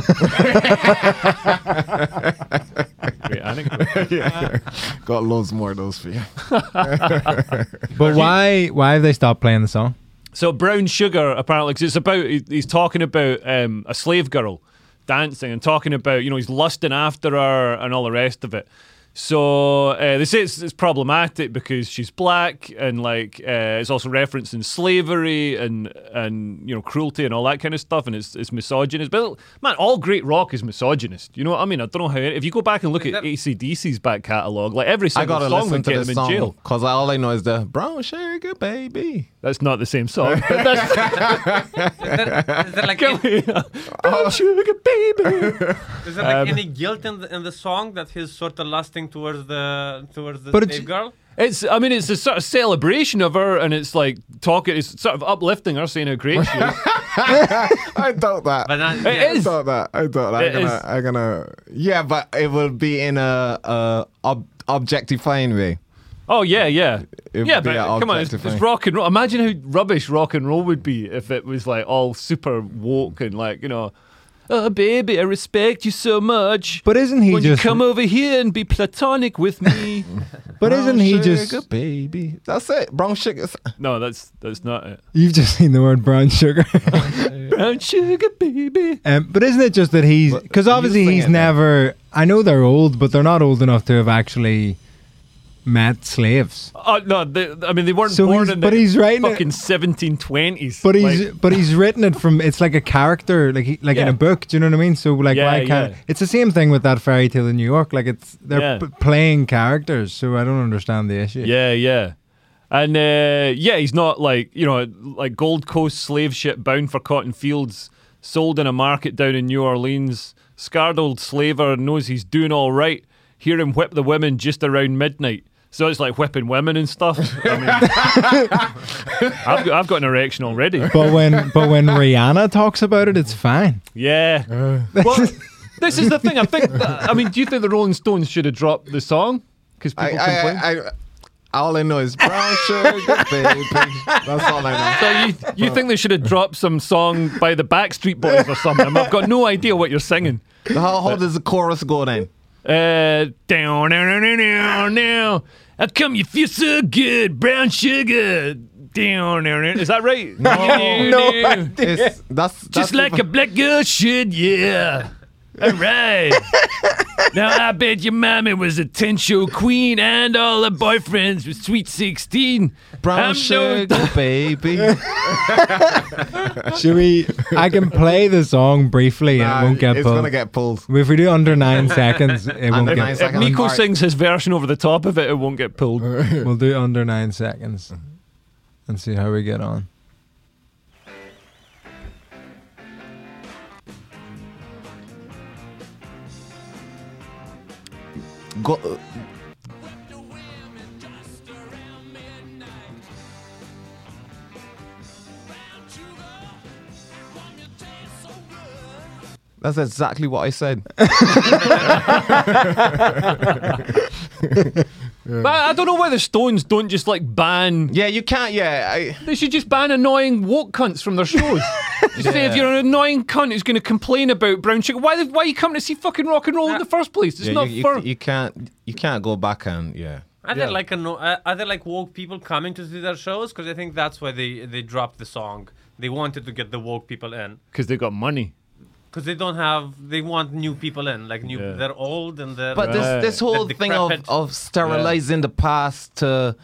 A: great anecdote.
D: Got loads more of those for you.
B: But why why have they stopped playing the song?
A: So brown sugar apparently, 'cause it's about he- he's talking about um, a slave girl dancing and talking about you know he's lusting after her and all the rest of it. So uh, they say it's, it's problematic because she's black and like uh, it's also referencing slavery and and you know cruelty and all that kind of stuff and it's it's misogynist. But man, all great rock is misogynist. You know what I mean? I don't know how if you go back and look at
C: that-
A: ACDC's back catalogue, like every
D: I
A: single
D: gotta
A: song
D: listen
A: would
D: to
A: get
D: this
A: them in
D: song
A: jail.
D: because all I know is the brown sugar baby.
A: That's not the same song. But that's,
C: Is there like, any,
A: Brown sugar baby.
C: is there like any guilt in the, in the song that he's sort of lusting towards the towards the
B: But
C: slave
B: it's-
C: girl?
A: It's, I mean, it's a sort of celebration of her, and it's like talking, it's sort of uplifting her, saying how great she is.
D: I doubt that.
C: But not,
A: It
C: yeah.
A: is.
D: I doubt that. I doubt that. I'm
A: It
D: gonna,
A: is-
D: I'm gonna. Yeah, but it will be in a, a ob- objectifying way.
A: Oh yeah, yeah,
D: It'd
A: yeah.
D: be
A: But
D: an
A: come on, it's,
D: objectifying.
A: it's rock and roll. Imagine how rubbish rock and roll would be if it was like all super woke and like you know, oh baby, I respect you so much.
B: But isn't he
A: when
B: just-
A: you come over here and be platonic with me?
B: But isn't he just
D: Sugar baby? That's it. Brown sugar.
A: no, that's that's not it.
B: you've just seen the word brown sugar?
A: Brown sugar baby.
B: Um, but isn't it just that he's
D: But
B: because
D: you
B: obviously
D: sing
B: he's
D: it, man.
B: never. I know they're old, but they're not old enough to have actually met slaves.
A: Oh no, they, I mean they weren't
B: So
A: born
B: he's-
A: in
B: but
A: the
B: he's writing it-
A: fucking seventeen twenties.
B: But he's but he's written it from. It's like a character, like he, like in
A: Yeah.
B: a book. Do you know what I mean? So like,
A: Yeah,
B: why can't?
A: yeah.
B: It's the same thing with that fairy tale in New York. Like it's they're
A: Yeah.
B: p- playing characters, so I don't understand the issue.
A: Yeah, yeah. And uh, yeah, he's not like, you know, like Gold Coast slave ship bound for cotton fields, sold in a market down in New Orleans. Scarred old slaver knows he's doing all right. Hear him whip the women just around midnight. So it's like whipping women and stuff. I mean, I've, got, I've got an erection already.
B: But when but when Rihanna talks about it, it's fine.
A: Yeah. well, this is the thing. I think, I mean, do you think the Rolling Stones should have dropped the song? Because people
D: I,
A: complain.
D: I, I, all I know is brown sugar baby. That's all I know.
A: So you, you think they should have dropped some song by the Backstreet Boys or something? I've got no idea what you're singing.
D: How, how does the chorus go then?
A: Uh, down, down, down, down, down. How come you feel so good, brown sugar? Down, down, down. Is that right? No,
D: It's, that's,
A: Just
D: that's
A: like a
D: even-
A: black girl should, yeah. All right. now I bet your mommy was a ten show queen, and all her boyfriends was sweet sixteen.
D: brown
A: I'm
D: sugar
A: no-
D: baby.
B: Should we? I can play the song briefly,
D: Nah,
B: and it won't get
D: it's
B: pulled.
D: gonna get pulled.
B: if we do under nine seconds, it won't
D: Under
B: get.
D: nine
A: If
D: Second
A: Miko
D: part.
A: sings his version over the top of it, it won't get pulled.
D: Uh-uh.
B: We'll do under nine seconds, and see how we get on.
D: Go, that's exactly what I said.
A: But I don't know why the Stones don't just like ban.
D: Yeah, you can't. Yeah, I,
A: They should just ban annoying woke cunts from their shows. just say if
D: Yeah.
A: you're an annoying cunt who's going to complain about brown sugar, why the, why you come to see fucking rock and roll in the first place? It's
D: yeah,
A: not
D: you,
A: fair.
D: you, you can't. You can't go back and yeah.
C: Are there like a no, uh, are there like woke people coming to see their shows? Because I think that's why they they dropped the song. They wanted to get the woke people in
A: Because they got money.
C: because they don't have they want new people in like new.
A: Yeah.
C: They're old and they're
D: But this this whole
C: The
D: thing of,
C: decrepit-
D: of sterilizing the past to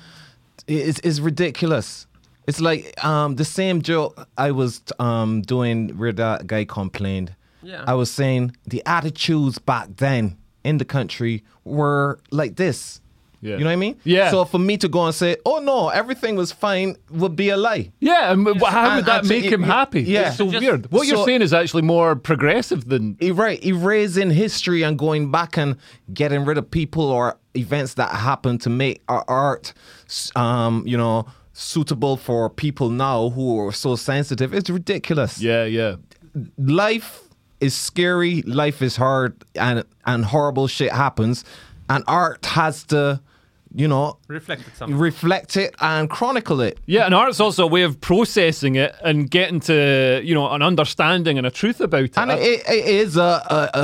D: is is ridiculous. It's like um, the same joke I was um, doing where that guy complained.
C: Yeah.
D: I was saying the attitudes back then in the country were like this.
A: Yeah.
D: You know what I mean?
A: Yeah.
D: So for me to go and say, "Oh no, everything was fine," would be a lie.
A: Yeah, and w- how would
D: And-
A: that
D: and so
A: make
D: it-
A: him
D: it-
A: happy?
D: yeah.
A: It's so
C: Just-
A: weird. What you're
D: so-
A: saying is actually more progressive than
D: E- Right, erasing history and going back and getting rid of people or events that happen to make our art, s- um, you know, suitable for people now who are so sensitive. It's ridiculous.
A: yeah, yeah,
D: life is scary, life is hard, and and horrible shit happens, and art has to, you know,
C: Reflected something.
D: reflect it and chronicle it.
A: yeah. And art's also a way of processing it and getting to you know an understanding and a truth about it.
D: And it, it is a, a,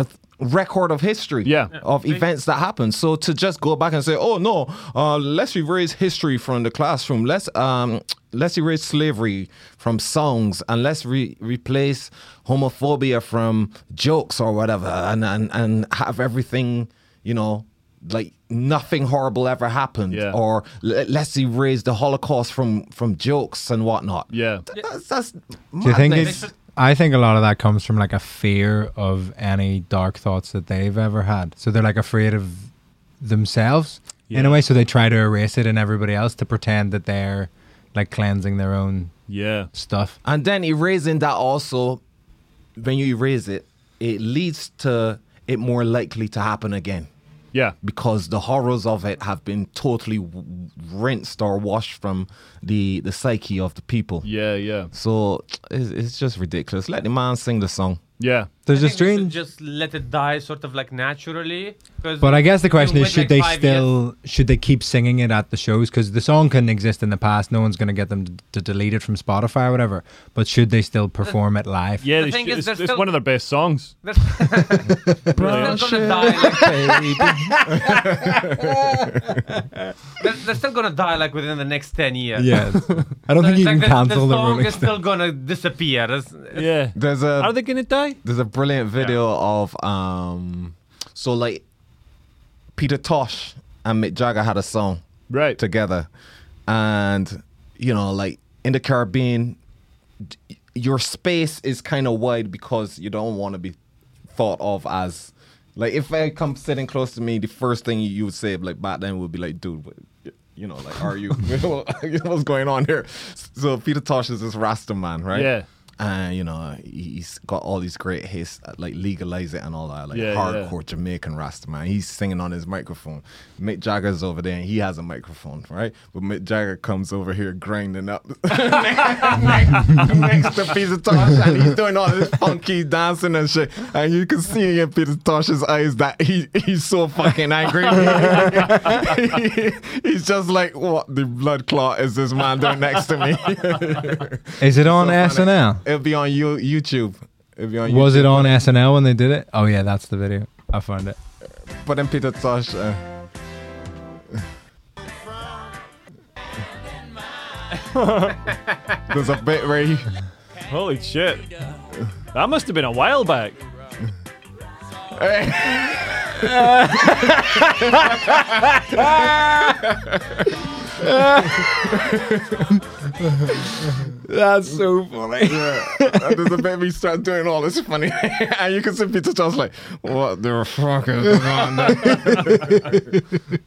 D: a, a record of history
A: Yeah.
D: of events that happen. So to just go back and say, oh no, uh, let's erase history from the classroom. Let's um, let's erase slavery from songs and let's re- replace homophobia from jokes or whatever, and and, and have everything you know. Like nothing horrible ever happened,
A: Yeah.
D: or le- let's erase the Holocaust from from jokes and whatnot.
A: Yeah.
D: Th- that's, that's
B: Do you think
D: madness.
B: it's? I think a lot of that comes from like a fear of any dark thoughts that they've ever had. So they're like afraid of themselves in a way. So they try to erase it in everybody else to pretend that they're like cleansing their own
A: yeah,
B: stuff.
D: And then erasing that also, when you erase it, it leads to it more likely to happen again
A: yeah.
D: because the horrors of it have been totally w- rinsed or washed from the the psyche of the people.
A: Yeah, yeah,
D: So it's, it's just ridiculous. Let the man sing the song.
A: yeah.
B: There's
C: I
B: a
C: think we should
B: strange.
C: Just let it die, sort of like naturally. 'cause
B: But I guess the
C: we
B: question
C: wait
B: is, should
C: like
B: they
C: five years.
B: still should they keep singing it at the shows? Because the song couldn't exist in the past. No one's going to get them to, to delete it from Spotify or whatever. But should they still perform it live?
A: Yeah,
C: The
A: they
C: thing
A: should-
C: is,
A: it's, it's
C: they're still-
A: one of their best songs.
C: They're
B: Oh,
C: they're still gonna die. Like, they're, they're still gonna die like within the next ten years.
B: Yes. I don't think you can
C: Like, the,
B: cancel
C: the
B: the
C: song
B: Rolling
C: is still gonna disappear. It's- it's-
A: Yeah.
D: There's a
A: Are they gonna die?
D: There's a brilliant video of um so like Peter Tosh and Mick Jagger had a song
A: Right.
D: together. And you know, like in the Caribbean d- your space is kind of wide because you don't want to be thought of as like if I come sitting close to me, the first thing you would say like back then would be like, dude, what, you know, like are you what's going on here? So Peter Tosh is this Rasta man, right?
A: Yeah.
D: And you know he- he's got all these great hits, uh, like legalize it and all that, like
A: Yeah, yeah.
D: hardcore Jamaican Rasta man. He's singing on his microphone. Mick Jagger's over there, and he has a microphone, right? But Mick Jagger comes over here grinding up next to Peter Tosh and he's doing all this funky dancing and shit. And you can see in Peter Tosh's eyes that he he's so fucking angry. he's just like, what the blood clot is this man doing next to me?
B: Is it on
D: So funny.
B: SNL?
D: It'll be on you, YouTube. It'll be on
B: Was it on SNL when they did it? Oh yeah, that's the video. I found it.
D: YouTube. But then Peter Tosh. Uh, There's a bit where he,
A: Holy shit! That must have been a while back.
B: That's so funny.
D: and there's a bit where he starts doing all this funny, and you can see Peter Tosh like, "What the fuck is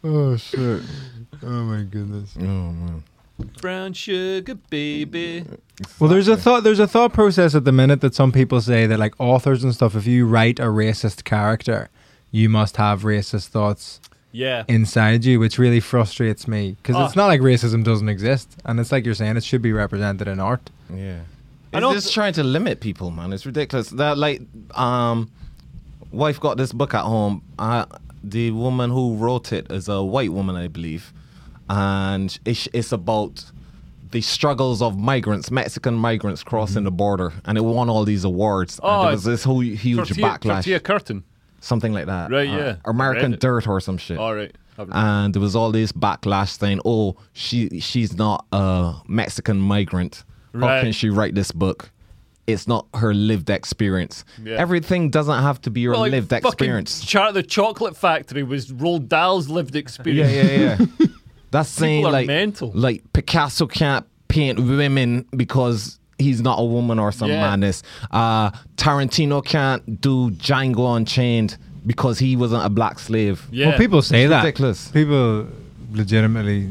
D: going on?" there?"
B: Oh shit. Oh my goodness.
A: Brown sugar baby.
B: Well, there's a thought. There's a thought process at the minute that some people say that like authors and stuff. If you write a racist character, you must have racist thoughts
A: Yeah.
B: inside you, which really frustrates me because it's
D: Ah.
A: Oh.
B: not like racism doesn't exist, and it's like you're saying it should be represented in art.
D: Yeah.
A: I
D: It's
A: don't-
D: just trying to limit people, man. It's ridiculous. That like, um, wife got this book at home. Uh, the woman who wrote it is a white woman, I believe, and it's, it's about the struggles of migrants, Mexican migrants crossing the border, and it won all these awards.
A: Oh,
D: and there was this whole huge
A: Tortilla,
D: backlash,
A: tortilla curtain.
D: something like that.
A: Right,
D: Uh,
A: yeah.
D: American
A: Read it.
D: Dirt or some shit
A: All right. I've-
D: and there was all this backlash saying, "Oh, she she's not a Mexican migrant. How
A: Right.
D: can she write this book? It's not her lived experience.
A: Yeah.
D: Everything doesn't have to be your
A: Well, like
D: lived
A: fucking
D: experience.
A: Char- the Chocolate Factory was Roald Dahl's lived
D: yeah,
A: experience.
D: yeah, yeah. That's saying
A: are
D: like
A: mental.
D: like Picasso can't paint women because he's not a woman or some
A: Yeah.
D: madness. Uh, Tarantino can't do Django Unchained because he wasn't a black slave.
A: Yeah.
B: Well, people say
D: It's
B: that.
D: ridiculous.
B: People legitimately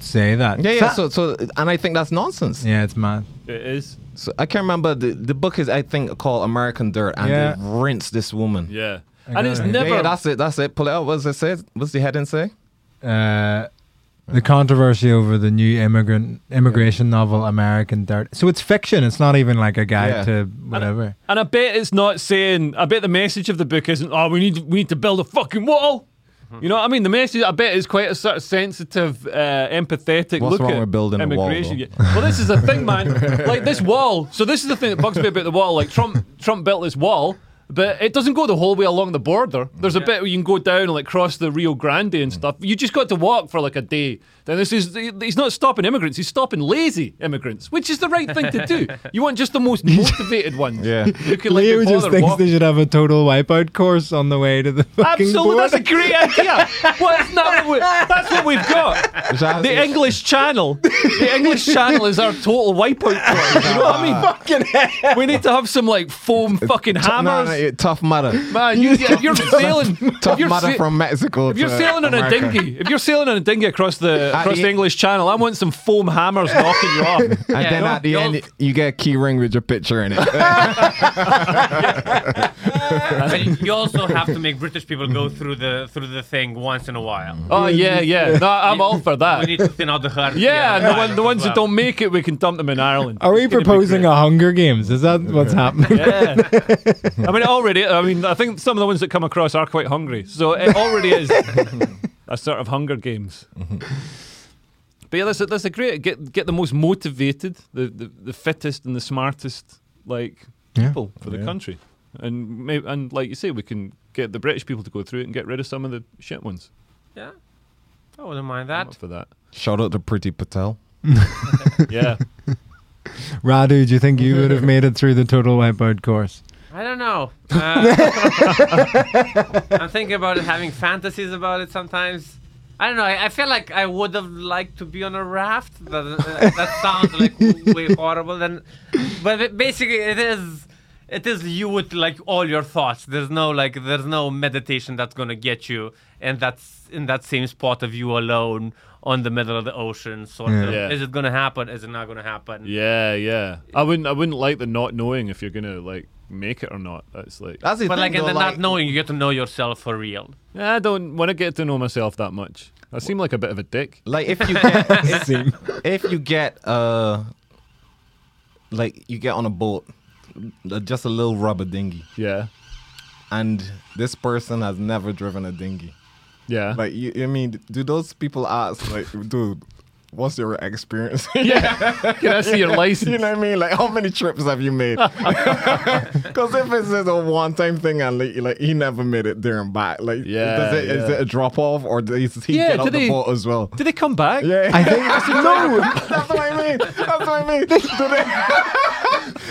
B: say that.
D: Yeah, yeah.
B: That-
D: So, so, and I think that's nonsense.
B: yeah, it's mad.
A: It is.
D: So I can't remember the, the book is I think called American Dirt, and
B: Yeah.
D: they rinse this woman.
A: Yeah.
B: I
A: And it's
B: know. Yeah,
A: never.
D: Yeah, yeah, that's it. That's it. Pull it out. What's it say? What's the heading say?
B: Uh, the controversy over the new immigrant immigration novel American Dirt. So it's fiction. It's not even like a guide
D: Yeah.
B: to whatever.
A: and I bet it's not saying. I bet the message of the book isn't. Oh, we need we need to build a fucking wall.
D: Mm-hmm.
A: You know what I mean? The message I bet is quite a sort of sensitive, uh, empathetic
D: What's
A: look
D: wrong
A: at
D: with building a wall,
A: immigration. well, this is the thing, man. Like this wall. So this is the thing that bugs me about the wall. Like Trump, Trump built this wall. But it doesn't go the whole way along the border. There's a bit where you can go down and like cross the Rio Grande and stuff. You just got to walk for like a day. Then this is he's not stopping immigrants. He's stopping lazy immigrants, which is the right thing to do. You want just the most motivated ones.
D: Yeah.
A: who can like
B: Leo
A: be
B: just
A: bothered
B: thinks
A: walk.
B: they should have a total wipeout course on the way to the fucking
A: Absolutely,
B: border.
A: that's a great idea. well, that's not what we, that's what we've got.
D: Is that-
A: The English Channel. The English Channel is our total wipeout. Course, you know what I mean? We need to have some like foam fucking
D: No, no,
A: hammers.
D: no, yeah, tough mother.
A: Man, you, if you're sailing, if
D: Tough
A: you're,
D: mother
A: sa-
D: from Mexico.
A: if you're
D: to
A: sailing on a
D: America.
A: dinghy, if you're sailing on a dinghy across the
D: At
A: across
D: the-
A: the English Channel, I want some foam hammers knocking you off.
D: And
C: Yeah,
D: then
C: no,
D: at the
C: you'll-
D: end, you get a key ring with your picture in it.
C: but you also have to make British people go through the through the thing once in a while.
A: Oh yeah, yeah. No, I'm all for
C: We
A: that.
C: need to thin out the herd.
A: Yeah, and the, one,
C: island
A: the
C: as
A: ones that
C: well.
A: don't make it, we can dump them in Ireland.
B: Are we
A: It's gonna be
B: proposing
A: great.
B: a Hunger Games? Is that what's happening?
A: Yeah. I mean, it already. I mean, I think some of the ones that come across are quite hungry, so it already is a sort of Hunger Games. But yeah, that's a, that's a great get get the most motivated, the, the, the fittest and the smartest like
B: Yeah.
A: people for the country, and may, and like you say, we can get the British people to go through it and get rid of some of the shit ones.
C: Yeah. I wouldn't mind
A: I'm up
C: that.
A: for that,
D: Shout out to Pretty Patel.
A: yeah.
B: Radu, do you think you would have made it through the total wipeout course?
C: I don't know. Uh, I'm thinking about it, having fantasies about it sometimes. I don't know. I, I feel like I would have liked to be on a raft. That, uh, that sounds like way horrible. Then, but it, basically, it is. It is you with like all your thoughts. There's no like. There's no meditation that's gonna get you, and that's in that same spot of you alone on the middle of the ocean. Sort of.
A: Yeah.
C: Is it gonna happen? Is it not gonna happen?
A: Yeah, yeah. I wouldn't. I wouldn't like the not knowing if you're gonna like make it or not. That's like
D: That's the
C: But
D: thing,
C: like, and
D: though,
C: then not knowing, you get to know yourself for real.
A: I don't want to get to know myself that much. I seem like a bit of a dick.
D: like if you get if,
B: Same.
D: if you get uh like you get on a boat, uh, just a little rubber dinghy,
A: Yeah,
D: and this person has never driven a dinghy.
A: yeah,
D: Like Uh, you, I mean, do those people ask like, dude, what's your experience?
A: yeah. Can I see your license?
D: You know what I mean? Like, how many trips have you made? Because if it's just a one-time thing and like, like, he never made it there and back, like,
A: Yeah,
D: does it, is
A: yeah.
D: it a drop-off or does he
A: Yeah,
D: get
A: do
D: off the
A: they-
D: boat as well?
A: Did they come back?
D: Yeah,
B: I think no.
D: that's what I mean. That's what I mean. Do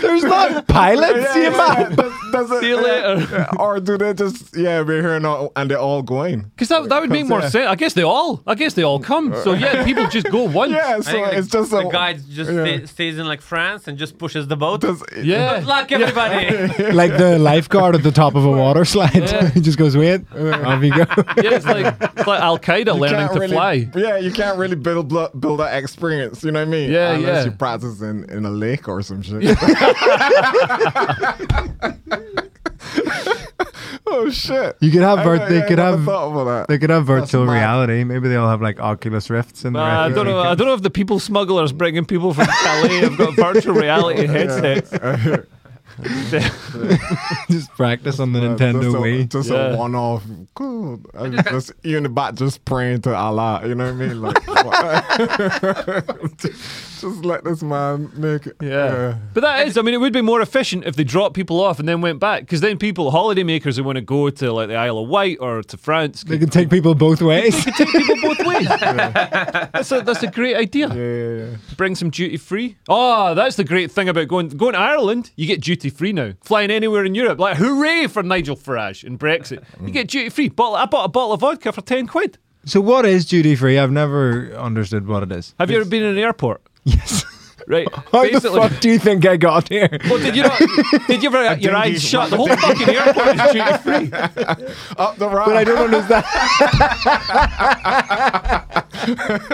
D: they,
B: There's not pilots.
D: yeah,
B: you
D: yeah,
B: man.
D: yeah. Does- does it- uh,
A: See you later.
D: Or do they just yeah we're here now and they're all going?
A: Because that, that would make more sense. I guess they all. I guess they all come. So yeah, people just go once.
D: Yeah,
C: I
D: so
C: think the-
D: it's just
C: the
D: a
C: guy just
D: yeah.
C: sta- stays in like France and just pushes the boat.
D: Does,
A: Yeah.
C: Good luck, everybody.
B: like the lifeguard at the top of a water slide.
A: Yeah.
B: he just goes, wait, off you go.
A: Yeah, it's like, it's like Al Qaeda
D: you
A: learning
D: can't
A: to
D: really-
A: fly.
D: Yeah, you can't really build blo- build that experience. You know what I mean?
A: Yeah, yeah.
D: Unless you practice in, in a lake or some shit. oh shit!
B: You could have,
D: I-
B: vir-
D: I-
B: they
D: I
B: could
D: never
B: have,
D: thought about
B: they
D: that.
B: could have virtual
D: mad.
B: reality. Maybe they'll have like Oculus Rifts and.
A: Uh, I don't know. I don't know if the people smugglers bringing people from Calais have got virtual reality headsets.
B: Just practice on the
D: Uh, just
B: Nintendo
D: a,
B: Wii.
D: just
A: Yeah.
D: a one-off. Cool. I mean, just you in the back, just praying to Allah. You know what I mean? Like, what- just let this man make it.
A: Yeah. But that is, I mean, it would be more efficient if they dropped people off and then went back. Because then people, holidaymakers who want to go to like the Isle of Wight or to France,
B: They
A: could
B: can take people both ways.
A: go both ways. That's, a, that's a great idea.
D: Yeah, yeah, yeah.
A: Bring some duty free. Oh, that's the great thing about going going to Ireland. You get duty free now. Flying anywhere in Europe, like hooray for Nigel Farage and Brexit. You get duty free. Bottle, I bought a bottle of vodka for ten quid.
B: so what is duty free? I've never understood what it is.
A: Have you ever been in an airport?
B: Yes.
A: Right.
B: How
A: basically,
B: the fuck do you think I got here?
A: well, did you not? Did you ever? Your eyes shut. The whole fucking airport is duty free.
D: Up the
B: But I
D: road.
B: don't understand.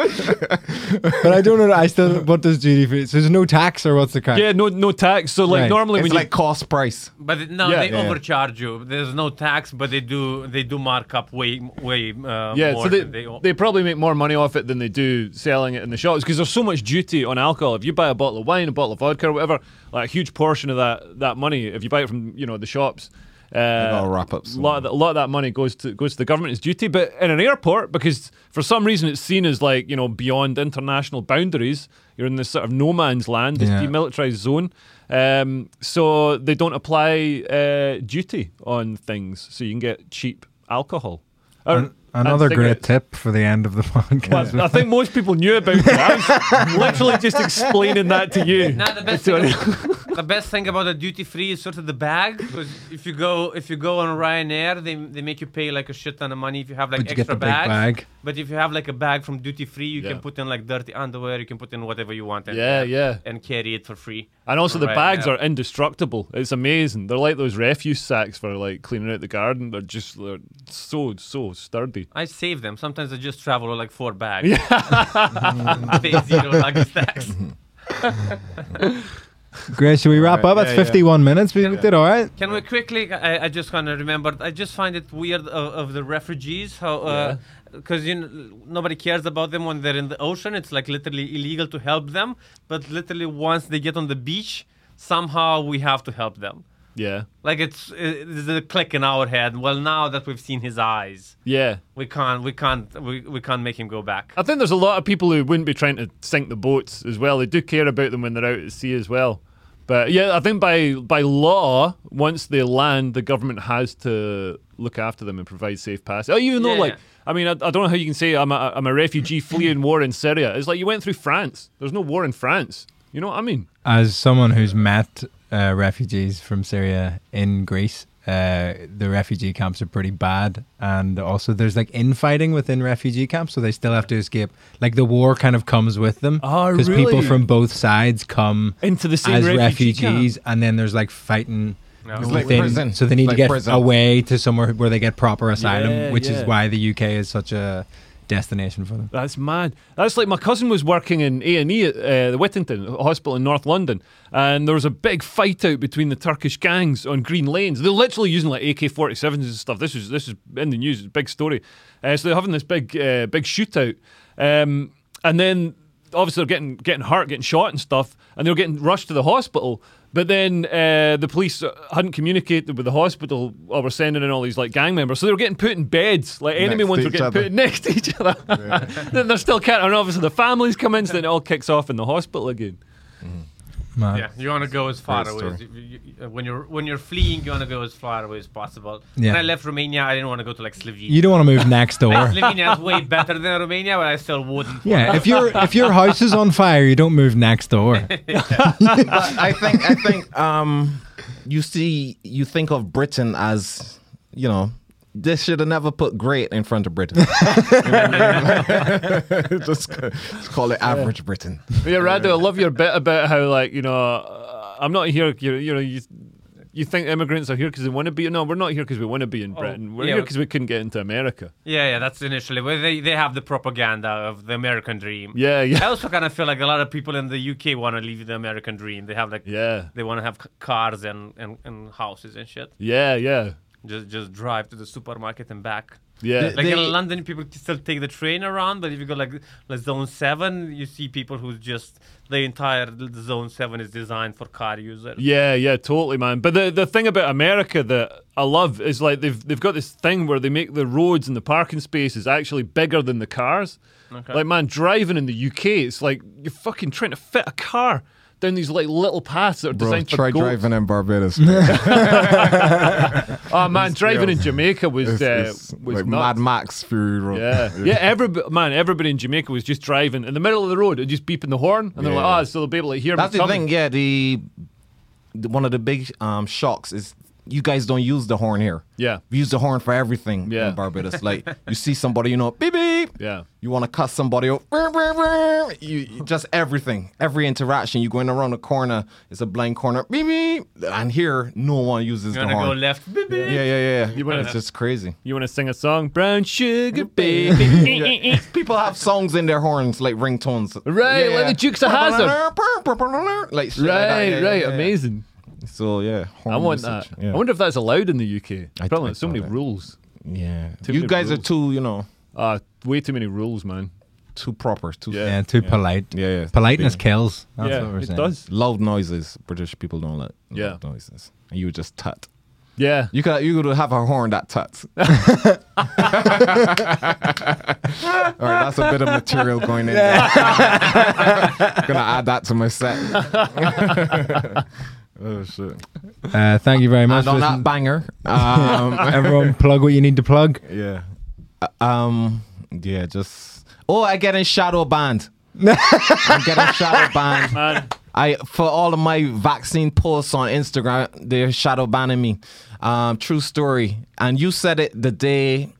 B: but I don't know. I still. What does duty free? So there's no tax or what's the kind?
A: Yeah, no, no tax. So like
B: Right.
A: normally
D: It's
A: when
D: like
A: you
D: cost price.
C: But th- no,
A: Yeah.
C: they
A: Yeah.
C: overcharge you. There's no tax, but they do they do mark up way way uh,
A: yeah,
C: more.
A: so they,
C: than
A: they,
C: o-
A: probably make more money off it than they do selling it in the shops because there's so much duty on alcohol. If you buy a bottle of wine, a bottle of vodka, or whatever, like a huge portion of that that money, if you buy it from you know the shops, uh,
D: gotta wrap up
A: A lot, of, the- a lot of that money goes to goes to the government as duty, but in an airport because for some reason it's seen as like you know beyond international boundaries. You're in this sort of no man's land, this
B: Yeah.
A: demilitarized zone. Um, so they don't apply uh, duty on things, so you can get cheap alcohol. Or-
B: An-
A: and
B: Another great
A: cigarettes.
B: tip for the end of the podcast.
A: Well, I think most people knew about that. I was literally just explaining that to you.
C: Now the best thing, the best thing about the duty free is sort of the bag because if you go if you go on Ryanair, they they make you pay like a shit ton of money if you have like
B: But you get
C: extra
B: the big
C: bags.
B: bag.
C: But if you have like a bag from duty free, you
A: Yeah.
C: can put in like dirty underwear. You can put in whatever you want. And,
A: Yeah, yeah.
C: And carry it for free.
A: And also, the
C: Right,
A: bags
C: yeah.
A: are indestructible. It's amazing. They're like those refuse sacks for like cleaning out the garden. They're just they're so so sturdy.
C: I save them. Sometimes I just travel with like four bags. Yeah. Pay zero luggage tax.
B: Great. Should we wrap up? That's 51 minutes. We did all right.
C: Can we quickly? I, I just kind of remembered. I just find it weird of, of the refugees how because you know, nobody cares about them when they're in the ocean. It's like literally illegal to help them, but literally once they get on the beach, somehow we have to help them.
A: Yeah,
C: Like it's it's a click in our head. Well, now that we've seen his eyes,
A: yeah.
C: we can't we can't we, we can't make him go back.
A: I think there's a lot of people who wouldn't be trying to sink the boats as well. They do care about them when they're out at sea as well. But yeah, I think by by law, once they land, the government has to look after them and provide safe passage. Oh, even though,
C: Yeah.
A: like, I mean, I, I don't know how you can say I'm a, I'm a refugee fleeing war in Syria. It's like you went through France. There's no war in France. You know what I mean?
B: As someone who's met uh, refugees from Syria in Greece, uh, the refugee camps are pretty bad, and also there's like infighting within refugee camps, so they still have to escape. Like the war kind of comes with them
A: Oh,
B: people
A: really?
B: from both sides come
A: Into the same
B: as
A: refugee camp.
B: refugees, and then there's like fighting.
D: It's like
B: within-
D: prison.
B: So they need
D: It's
B: to
D: like
B: get
D: prison.
B: away to somewhere where they get proper asylum,
A: Yeah,
B: which
A: yeah.
B: is why the UK is such a destination for them.
A: That's mad. That's like my cousin was working in A and E at uh, the Whittington Hospital in North London, and there was a big fight out between the Turkish gangs on green lanes. They're literally using like AK 47s and stuff. This is this is in the news. It's a big story. Uh, so they're having this big uh, big shootout, um, and then obviously they're getting getting hurt, getting shot and stuff, and they're getting rushed to the hospital. But then uh, the police hadn't communicated with the hospital or were sending in all these like gang members, so they were getting put in beds. Like enemy
D: Next to
A: ones were
D: each
A: getting
D: other.
A: put in next to each other. then they're still can't. And obviously the families come in, so then it all kicks off in the hospital again.
B: Man.
C: Yeah, you want to go as far
D: Great
C: away as, you, you- uh, when you're when you're fleeing. You want to go as far away as possible.
B: Yeah.
C: When I left Romania, I didn't want to go to like Slovenia.
B: You don't want to move next door.
C: Slovenia is way better than Romania, but I still wouldn't.
B: Yeah, if your if your house is on fire, you don't move next door.
D: But I think I think um, you see you think of Britain as you know they should have never put great in front of Britain. just, just call it average Britain.
A: But yeah, Rado, I love your bit about how like you know uh, I'm not here. You you know you. You think immigrants are here because they want to be? No, we're not here because we want to be in Britain. We're
C: yeah.
A: here because we couldn't get into America.
C: Yeah, yeah, that's initially where they, they have the propaganda of the American dream.
A: Yeah, yeah.
C: I also kind of feel like a lot of people in the UK want to live the American dream. They have like
A: Yeah.
C: they want to have c- cars and, and, and houses and shit.
A: Yeah, yeah,
C: Just just drive to the supermarket and back.
A: yeah.
C: Like
D: They-
C: in London, people can still take the train around, but if you go like like zone seven, you see people who just the entire l- zone seven is designed for car users.
A: Yeah, yeah, totally, man. But the the thing about America that I love is like they've they've got this thing where they make the roads and the parking spaces actually bigger than the cars. Like man, driving in the UK, it's like you're fucking trying to fit a car down these like little paths that are
D: Bro,
A: designed for
D: try
A: goats.
D: driving in Barbados.
A: Oh man, driving in Jamaica was
D: It's-
A: uh,
D: it's
A: was
D: like
A: nuts.
D: Mad Max Fury Road.
A: Yeah, yeah. Everybody, man, everybody in Jamaica was just driving in the middle of the road and just beeping the horn, and they're
D: Yeah.
A: like, "Oh, so they'll be able to hear
D: That's
A: me
D: the
A: coming."
D: thing. Yeah, the, the- one of the big um, shocks is you guys don't use the horn here.
A: Yeah.
D: We use the horn for everything
A: Yeah.
D: in Barbados. like you see somebody, you know, beep beep.
A: Yeah.
D: You want to cut somebody out. brr, brr, brr. You, you- just everything, every interaction. You're going around a corner. It's a blind corner. Beep beep. And here, no one uses
C: You
D: the
C: wanna
D: horn.
C: go left? Beep, beep.
D: Yeah, yeah, yeah. You
A: wanna-
D: it's just crazy.
A: You want to sing a song? Brown sugar baby.
D: People have songs in their horns like ringtones.
A: Right, like the Dukes of Hazzard.
D: Like shit like that.
A: Right,
D: Yeah, yeah,
A: right,
D: yeah.
A: amazing.
D: So yeah, horn
A: I want
D: usage.
A: that.
D: Yeah.
A: I wonder if that's allowed in the UK.
D: I-
A: Probably
D: I
A: so
D: doubt
A: many
D: it.
A: rules.
D: Yeah,
A: Too
D: you
A: many
D: guys are
A: rules.
D: too, you know,
A: Ah, way too many rules, man.
D: too proper, too
A: Yeah.
B: Yeah, too polite.
D: Yeah, yeah.
B: Politeness
D: Yeah.
B: kills. That's
A: yeah,
B: what we're
A: it
B: saying.
A: does.
D: loud noises. British people don't like
A: Yeah.
D: loud noises, and you just tut.
A: Yeah,
D: You could you could have a horn that tuts. All right, that's a bit of material going in. there. Gonna add that to my set. oh shit!
B: Uh, thank you very much.
D: And on that
B: Listen,
D: banger, um,
B: everyone, plug what you need to plug.
D: yeah, Uh, um, yeah, just oh, I get in shadow band. I'm getting shadow banned.
A: man.
D: I for all of my vaccine posts on Instagram, they're shadow banning me. Um, true story. And you said it the day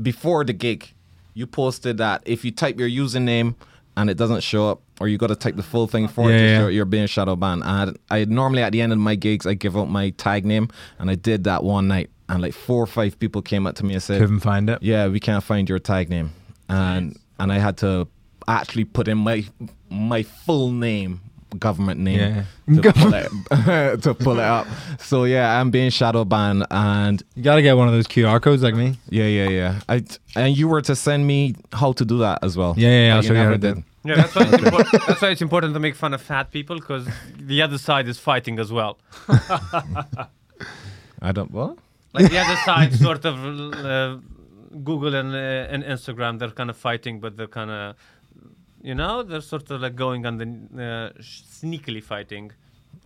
D: before the gig. You posted that if you type your username and it doesn't show up, or you got to type the full thing for it,
B: Yeah,
D: to
B: yeah.
D: show you're being shadow banned. And I normally at the end of my gigs, I give out my tag name, and I did that one night, and like four or five people came up to me and said,
B: Couldn't find it.
D: yeah, we can't find your tag name, and and I had to actually put in my my full name, government name,
B: Yeah.
D: to, pull it, to pull it up. So yeah, I'm being shadow banned, and
B: You gotta get one of those QR codes like me.
D: yeah, yeah, yeah. I and you were to send me how to do that as well.
B: Yeah, yeah, yeah,
D: But you
B: so yeah,
D: never
B: I
D: did.
B: did.
C: Yeah, that's why, it's important. that's why it's important to make fun of fat people because the other side is fighting as well.
D: I don't. What?
C: Like the other side, sort of uh, Google and uh, and Instagram, they're kind of fighting, but they're kind of, you know, they're sort of like going on the uh, sh- sneakily fighting,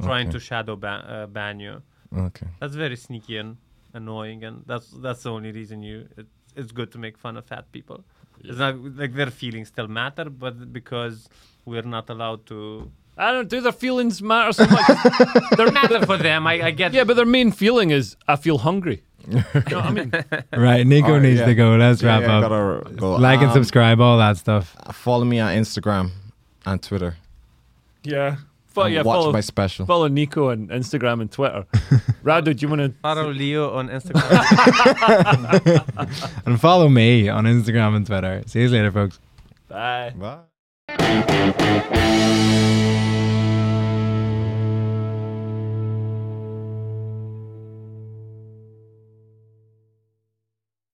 C: trying to shadow ban, uh, ban you.
D: Okay.
C: That's very sneaky and annoying, and that's that's the only reason you. It, it's good to make fun of fat people. It's not like their feelings still matter, but because we're not allowed to.
A: I don't. Do their feelings matter so much?
C: They matter for them. I, I get.
A: yeah, but their main feeling is I feel hungry. You know what I mean?
B: Right, Nico
D: Alright,
B: needs
D: yeah.
B: to go. Let's
D: Yeah,
B: wrap
D: yeah,
B: up.
D: gotta go.
B: like and
D: Um,
B: subscribe, all that stuff.
D: Follow me on Instagram and Twitter.
A: Yeah. But Oh,
D: And
A: yeah,
D: watch
A: follow,
D: my special.
A: follow Nico on Instagram and Twitter. Radu, do you want to?
C: Follow Leo on Instagram.
B: And follow me on Instagram and Twitter. See you later, folks.
A: Bye.
D: Bye.